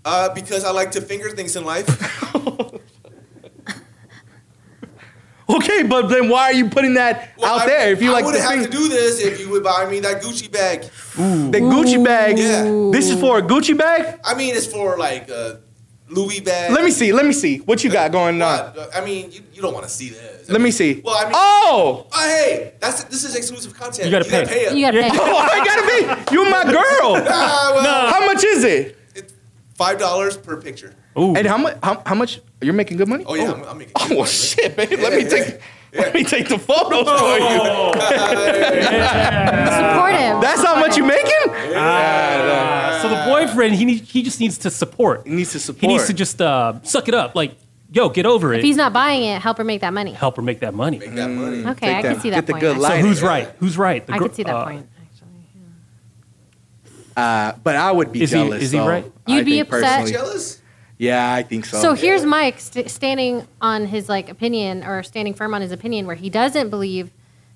uh, because I like to finger things in life.
Okay, but then why are you putting that out there? If you
I
like
wouldn't
the
have
thing,
to do this if you would buy me that Gucci bag.
the Gucci bag.
Yeah.
This is for a Gucci bag.
I mean, it's for like uh, Louis bag.
Let me see. Let me see. What you got going on?
Uh, I mean, you, you don't want to see this.
Let me see.
Well, I mean,
Oh!
Uh, hey, that's this is exclusive content.
You gotta pay.
up.
You gotta pay. Oh, I gotta pay. You my girl.
Nah, well,
How much is it?
Five dollars per picture.
And how much? How, how much? You're making good money.
Oh yeah, I'm, I'm making.
Oh well, shit, babe. Let me take. Let me take the photos for
Oh.
you.
Support him.
That's how much you making?
Ah, so the boyfriend, he need, he just needs to support. He
needs to support.
He needs to just uh, suck it up. Like, yo, get over
If
it.
he's not buying it, help her make that money.
Help her make that money. Make
that money.
Okay, I can see that point.
So who's right? Who's right?
I
gr-
can see that
uh,
point.
Uh, but I would be
Is he-
jealous.
is he
though.
right?
I
You'd be
think
upset?
personally-
Jealous?
Yeah, I think so.
So here's Mike st- standing on his like opinion or standing firm on his opinion where he doesn't believe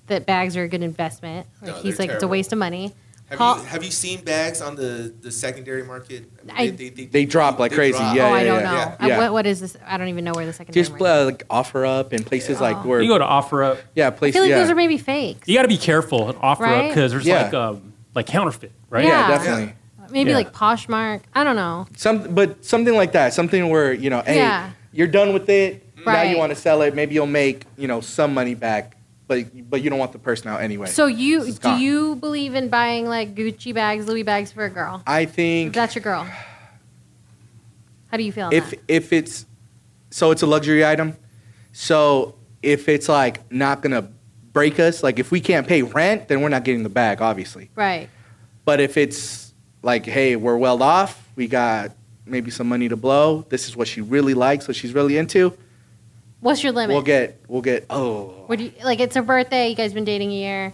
that bags are a good investment. Like,
No, they're
he's like it's a
terrible.
waste of money.
Have
Paul-
you have you seen bags on the, the secondary market? I mean,
I-
They drop like
they
crazy.
drop.
Yeah,
oh,
yeah,
I don't
yeah,
know.
yeah,
I-
yeah.
what, what is this? I don't even know where the second.
Just uh, like offer up and places like where
You go to offer up.
Yeah,
I
places.
feel like
yeah.
those are maybe fake.
You got to be careful at offer up
Right?
because there's
Yeah.
like um, like counterfeit, right?
Yeah, Yeah.
definitely.
Maybe
Yeah.
like Poshmark. I don't know.
Some, but something like that. Something where you know, hey,
Yeah.
you're done with it. Now
Right.
you want to sell it. Maybe you'll make you know some money back, but but you don't want the person out anyway.
So you
It's
do
gone.
you believe in buying like Gucci bags, Louis bags for a girl?
I
If
think
that's your girl. How do you feel? on
if
that?
if it's so it's a luxury item. So if it's like not gonna break us, like if we can't pay rent, then we're not getting the bag, obviously.
right.
But if it's like, hey, we're well off, we got maybe some money to blow. This is what she really likes, what she's really into.
What's your limit?
We'll get, we'll get, oh,
What do you like? It's her birthday. You guys been dating a year.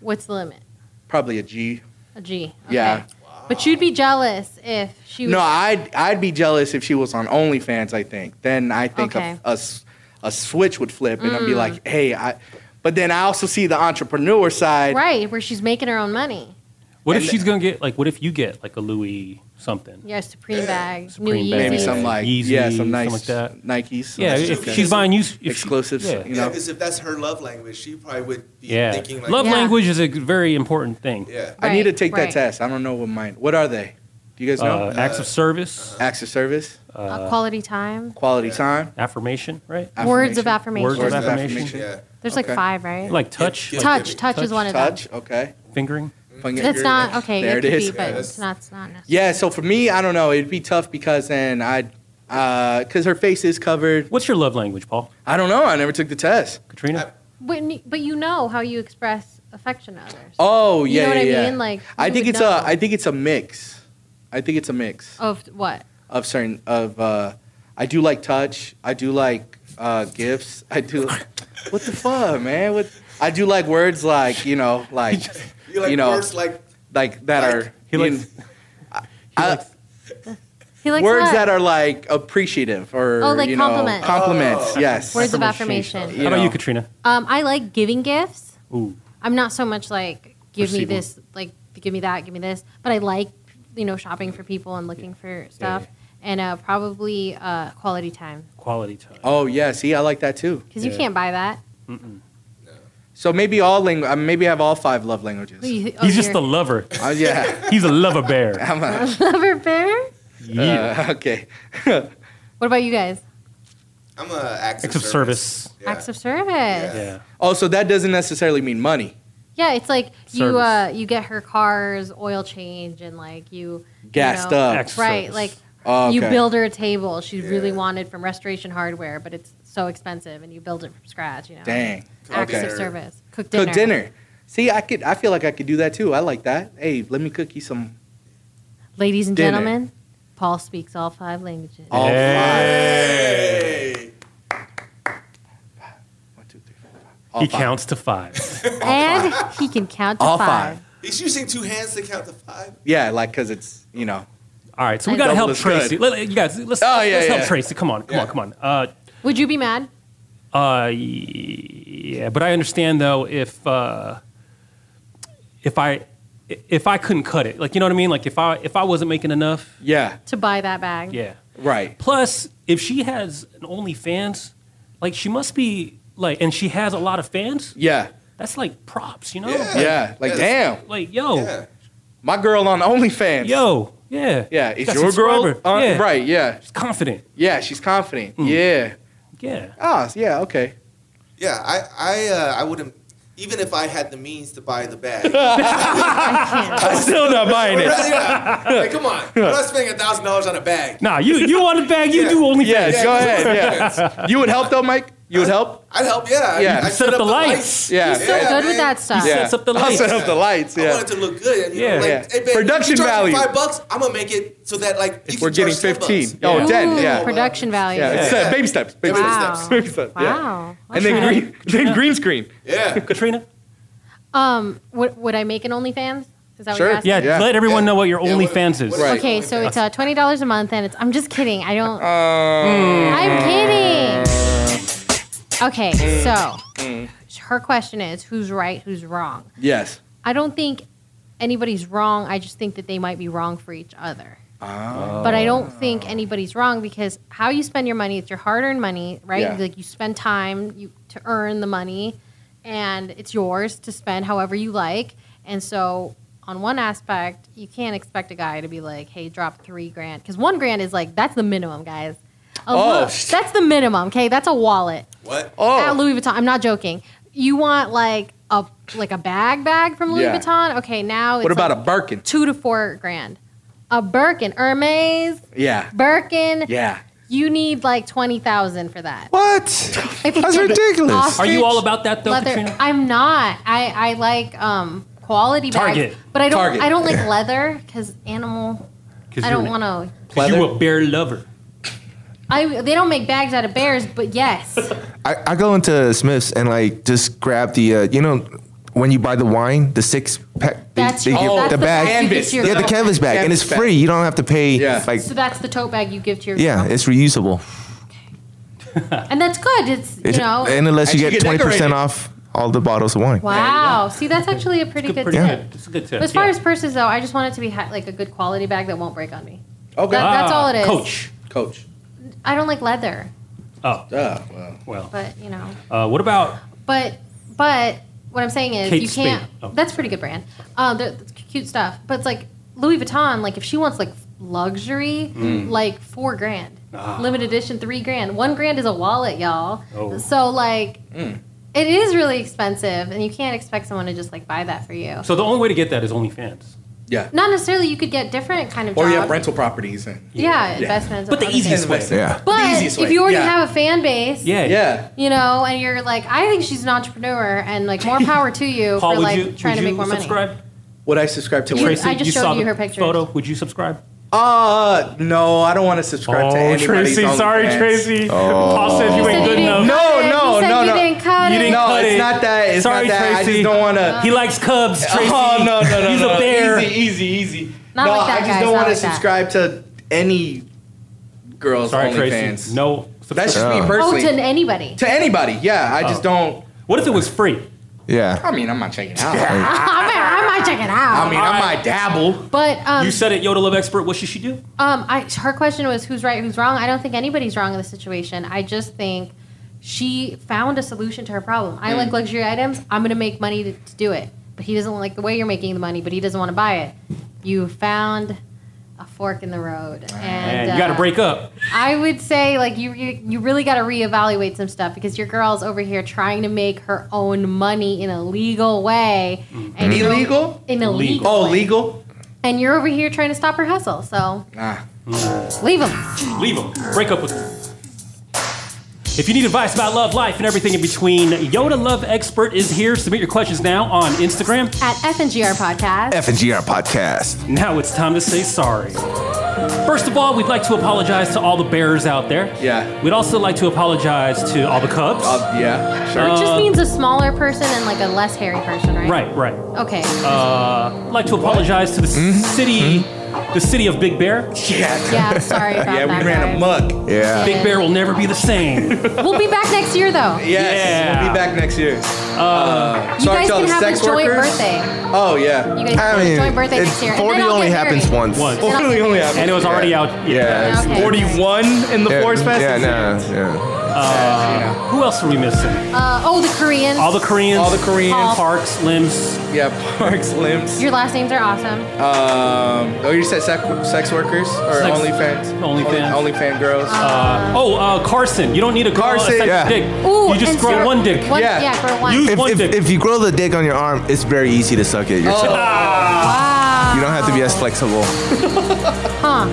What's the limit?
probably a G.
A G.
Yeah.
But you'd be jealous if she was.
No, I'd, I'd be jealous if she was on OnlyFans. I think then I think
Okay.
a, a s- a switch would flip, and I'd be
Mm.
like, hey, I. But then I also see the entrepreneur side.
right where she's making her own money.
What if she's gonna get like? What if you get like a Louis something?
Yeah, Supreme bag,
Supreme
new
bag.
Maybe
Yeezys.
some like
Yeezys,
yeah, some
something
nice
like that.
Nikes. some
Yeah,
nice
if
shit.
she's buying you- if she-
exclusives,
yeah.
you know.
because if that's her love language, she probably would be
Yeah,
thinking like
love
yeah.
language is a very important thing. Uh,
Yeah.
I need to
Right,
take
right.
that test. I don't know what mine. What are they? Do you guys know?
Uh, acts of service,
acts of service,
Uh,
uh,
quality time.
quality time,
affirmation, right?
Words of affirmation.
Words of
Words of
affirmation.
affirmation.
Yeah.
There's
Okay.
like five, right?
Like touch,
Yeah.
touch, touch, is one of them.
touch. Okay.
fingering.
Finger-
It's not okay.
There
it
it
could
is.
be, but
Yeah.
it's not. It's not.
Yeah. So for me, I don't know. It'd be tough because then I'd because her face is covered.
What's your love language, Paul?
I don't know. I never took the test.
Katrina?
But but you know how you express affection to others
Oh
You
yeah,
know what I
yeah, yeah.
mean? Like,
I
you
think
would
it's
know.
a I think it's a mix. I think it's a mix.
of what?
of certain of uh I do like touch. I do like uh gifts. I do what the fuck, man? What I do like words like, you know, like
You like
you know
words like
like that are
He likes-
I-
He likes
words
what?
that are like appreciative or
Oh, like
you know,
compliments.
compliments.
Oh.
Yes.
Words of affirmation.
How about
know.
you, Katrina?
Um, I like giving gifts.
Ooh.
I'm not so much like give me
Receiving.
this, like give me that, give me this, but I like you know shopping for people and looking for stuff and uh, probably uh, quality time
Quality time.
Oh yeah, see, I like that too.
because you
Yeah.
can't buy that.
Mm-mm.
Oh,
So maybe all ling- uh, maybe I have all five love languages.
You- oh,
He's just a
you're-
lover.
Uh, yeah.
He's a lover bear.
I'm a,
lover bear.
Yeah.
uh, okay.
What about you guys?
I'm a acts,
Acts of service.
Yeah.
Acts of service. Yeah,
Yeah.
Oh, so that doesn't necessarily mean money.
it's like you
Service.
uh, you get her cars, oil change, and like you you
Gas
know,
stuff.
Acts of
right?
service.
Like
Oh,
you
okay.
build her a table she really
Yeah.
wanted from Restoration Hardware, but it's so expensive, and you build it from scratch. You know,
Dang.
acts
Okay.
of service, cook dinner,
Cook dinner. See, I could. I feel like I could do that too. I like that. Hey, let me cook you some.
Ladies and
Dinner.
gentlemen, Paul speaks all five languages.
All
Hey.
Hey.
five. One, two, three, four, five.
he counts to five.
and he can count to
All
five.
He's using two hands to count to five.
Yeah, like because it's you know.
All right, so we gotta
Double
help
is good.
Tracy. Let, you guys, let's,
Oh, yeah,
let's help
yeah.
Tracy. Come on, come on, come on. Uh,
Would you be mad?
Uh, yeah, but I understand though if uh, if I if I couldn't cut it, like you know what I mean, like if I if I wasn't making enough,
yeah,
To buy that bag.
yeah,
right.
Plus, if she has an OnlyFans, like she must be like, and she has a lot of fans.
Yeah.
That's like props, you know?
Yeah, like, damn.
Like yo,
My girl on OnlyFans.
Yo. yeah,
Yeah, is
Got
your girl
subscriber.
on-
Yeah.
right? Yeah, she's
confident.
Yeah, she's confident. Yeah.
Yeah.
Ah, yeah. Okay.
Yeah, I I uh, I wouldn't even if I had the means to buy the bag.
I'm still not buying it.
Yeah. Hey, come on. I'm not spending a thousand dollars on a bag.
Nah, you you want a bag? You do OnlyFans.
Yeah,
Go ahead. Yeah. you would help though, Mike. You would help.
I'd help. Yeah.
Yeah.
I'd, I'd
Set up the lights.
Yeah.
He's so good with that stuff.
Yeah. I'll set up the lights.
I
Yeah.
want it to look good. You
Yeah.
yeah. Know, like,
Yeah.
Hey, babe, if you
Production
charge me
value.
Five bucks. I'm gonna make it so that like you
We're
can
getting
charge ten
15.
bucks.
Oh, 10.
Ooh,
Yeah.
Production value.
Yeah, it's, uh, baby steps. Baby
Wow.
steps. Baby steps. Yeah.
Wow.
And then
Okay.
green, then green screen.
Yeah.
Katrina?
Um, would, would I make an OnlyFans? Is that what you're
Yeah,
asking?
let everyone know what your OnlyFans is.
Okay, so it's uh, twenty dollars a month, and it's. I'm just kidding. I don't.
Oh.
I'm kidding. Okay, so
Mm.
her question is, who's right, who's wrong?
Yes.
I don't think anybody's wrong. I just think that they might be wrong for each other.
Ah.
But I don't think anybody's wrong because how you spend your money, it's your hard-earned money, right?
Yeah.
Like you spend time you to earn the money, and it's yours to spend however you like. And so, on one aspect, you can't expect a guy to be like, "Hey, drop three grand," because one grand is like that's the minimum, guys. A
Oh,
lo-
sh-
that's the minimum. Okay, that's a wallet
What?
at Louis Vuitton. I'm not joking. You want like a like a bag bag from Louis
Yeah.
Vuitton? Okay, now it's
What about a
like
Birkin?
two to four grand? A Birkin, Hermes,
Yeah.
Birkin.
Yeah.
You need like twenty thousand for that.
What?
If you
That's
did
ridiculous.
ostrich
Are you all about that, though, Katrina?
I'm not. I I like um quality bags,
Target.
but I don't
Target.
I don't like leather because animal.
'Cause
I
you're
don't
an-
want to.
'Cause You a bear lover.
I they don't make bags out of bears, but yes.
I, I go into Smith's and like just grab the uh, you know when you buy the wine the six pack they,
That's
they
your-
give
Oh, that's
the
the
bag
bag you get Canvas. to your
yeah the
girl.
canvas bag and it's
Canvas bag.
free you don't have to pay like
so that's the tote bag you give to your
yeah
girl.
it's reusable
and that's good. It's you
It's-
know
and unless
And she
you get
can
twenty
decorate
percent
it.
off all the bottles of wine
Wow. See, that's actually a pretty good,
pretty
tip.
good. It's a good tip.
But as far
yeah.
as purses, though, I just want it to be ha- like a good quality bag that won't break on me.
Okay.
That- that's all it is.
Coach.
Coach.
I don't like leather,
Oh.
Yeah, well.
but you know,
Uh, what about
but but what I'm saying is
Kate
you can't.
Spade. Oh.
That's a pretty good brand. Um, they're- that's cute stuff. But it's like Louis Vuitton. Like if she wants like luxury,
Mm.
like four grand,
Ah.
limited edition three grand, one grand is a wallet, y'all.
Oh.
So like.
Mm.
It is really expensive, and you can't expect someone to just like buy that for you.
so the only way to get that is OnlyFans.
Yeah.
Not necessarily. You could get different kind of.
Or you
jobs.
have rental properties and
Yeah,
Yeah.
investments.
But
and
the
other
easiest
things.
way. Yeah.
But
The easiest
if
way,
you already
yeah.
have a fan base,
Yeah.
you know, and you're like, I think she's an entrepreneur, and like more power to you
Paul,
for
would
like
you-
trying
would
to make
you
more
subscribe?
Would I subscribe to
You-
Tracy?
I just You showed saw you the her pictures. photo.
Would you subscribe?
Uh, no, I don't want to subscribe to
Oh,
anybody's
Tracy, sorry,
OnlyFans.
Tracy. Paul said you You ain't said good you didn't enough. cut
No,
it.
no,
You said
no,
you
no.
didn't cut You it. didn't
no,
cut
it's
it.
not that. It's
Sorry,
not that. I
Tracy.
just don't want to.
He likes Cubs, Tracy.
Oh no, no, no,
He's a
no.
bear.
Easy, easy, easy.
Not
no,
like that,
I just
guys,
don't
not
want
like
to
that.
subscribe to any girls
Sorry,
OnlyFans.
Tracy. No,
that's just me
money.
personally.
Oh, to anybody.
to anybody, yeah. I just
Oh.
don't.
What if it was free?
Yeah.
I mean, I'm not checking it
I
out.
might, I might check it out.
I mean, I might dabble.
But um,
you said it, Yoda Love Expert. What should she do?
Um, I, her question was who's right, who's wrong. I don't think anybody's wrong in this situation. I just think she found a solution to her problem. I
Mm.
like luxury items. I'm going to make money to, to do it. But he doesn't like the way you're making the money, but he doesn't want to buy it. You found a fork in the road. And,
Man, you got to
uh,
break up.
I would say like you you, you really got to reevaluate some stuff because your girl's over here trying to make her own money in a legal way. And you're-
Illegal?
In a legal.
Oh,
way.
legal?
And you're over here trying to stop her hustle. So
Ah.
leave him.
Leave him. Break up with him. If you need advice about love, life, and everything in between, Yoda Love Expert is here. Submit your questions now on Instagram.
At FNGR Podcast.
FNGR Podcast. Now it's time to say sorry. First of all, we'd like to apologize to all the bears out there. Yeah. We'd also like to apologize to all the cubs.
Uh, yeah,
So it just means a smaller person and like a less hairy person, right?
Right, right.
Okay.
Uh, like to apologize to the
Mm-hmm.
city, the city of Big Bear.
Yeah. Yeah, sorry about Yeah, we that, ran
amok.
Yeah. Big
Yeah.
Bear will never be the same.
We'll be back next year though.
We'll be back next year.
Uh,
You guys can have a joint birthday.
Oh yeah.
You guys can have a joint birthday next year. and then I'll get married.
once.
Once.
Then I'll
Forty
get
only
married.
happens.
And it was already out.
Yeah.
Yeah, okay.
41 in the
yeah,
Forest Fest.
Yeah, nah, yeah.
Uh, who else are we missing?
Uh, oh, the Koreans.
All the Koreans.
All the Koreans. Paul.
Parks, limbs.
Yeah, Parks, limbs.
Your last names are awesome.
Um, oh, you said sex, sex workers or
Sex-
OnlyFans?
OnlyFans.
Only, OnlyFan girls.
Uh, oh, uh, Carson. You don't need a girl, a
Carson.
second
Yeah.
dick.
Ooh,
you just
and
grow
so-
one dick.
one- Yeah. yeah, grow one.
If,
Use one
if-
dick.
if you grow the dick on your arm, it's very easy to suck it yourself.
Ah.
Wow.
You don't have to be as flexible.
Huh.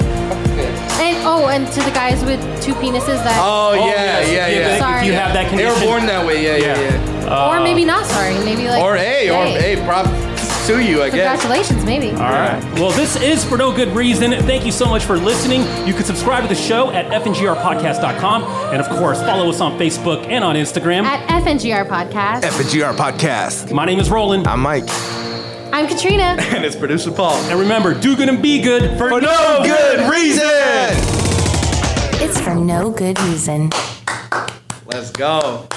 And oh, and to the guys with two penises that.
Oh, yeah, yeah, yeah.
Sorry.
They were born that way. Yeah, yeah, yeah.
or maybe not sorry. Maybe like.
or hey, or hey, prop to you, I guess.
Congratulations, maybe.
All right. Well, this is for no good reason. Thank you so much for listening. You can subscribe to the show at fngrpodcast.com. And of course, follow us on Facebook and on Instagram.
At FNGR Podcast.
FNGR Podcast. My name is Roland. I'm Mike.
I'm Katrina.
And it's producer Paul.
And remember, do good and be good for, no good reason.
It's for no good reason.
Let's go.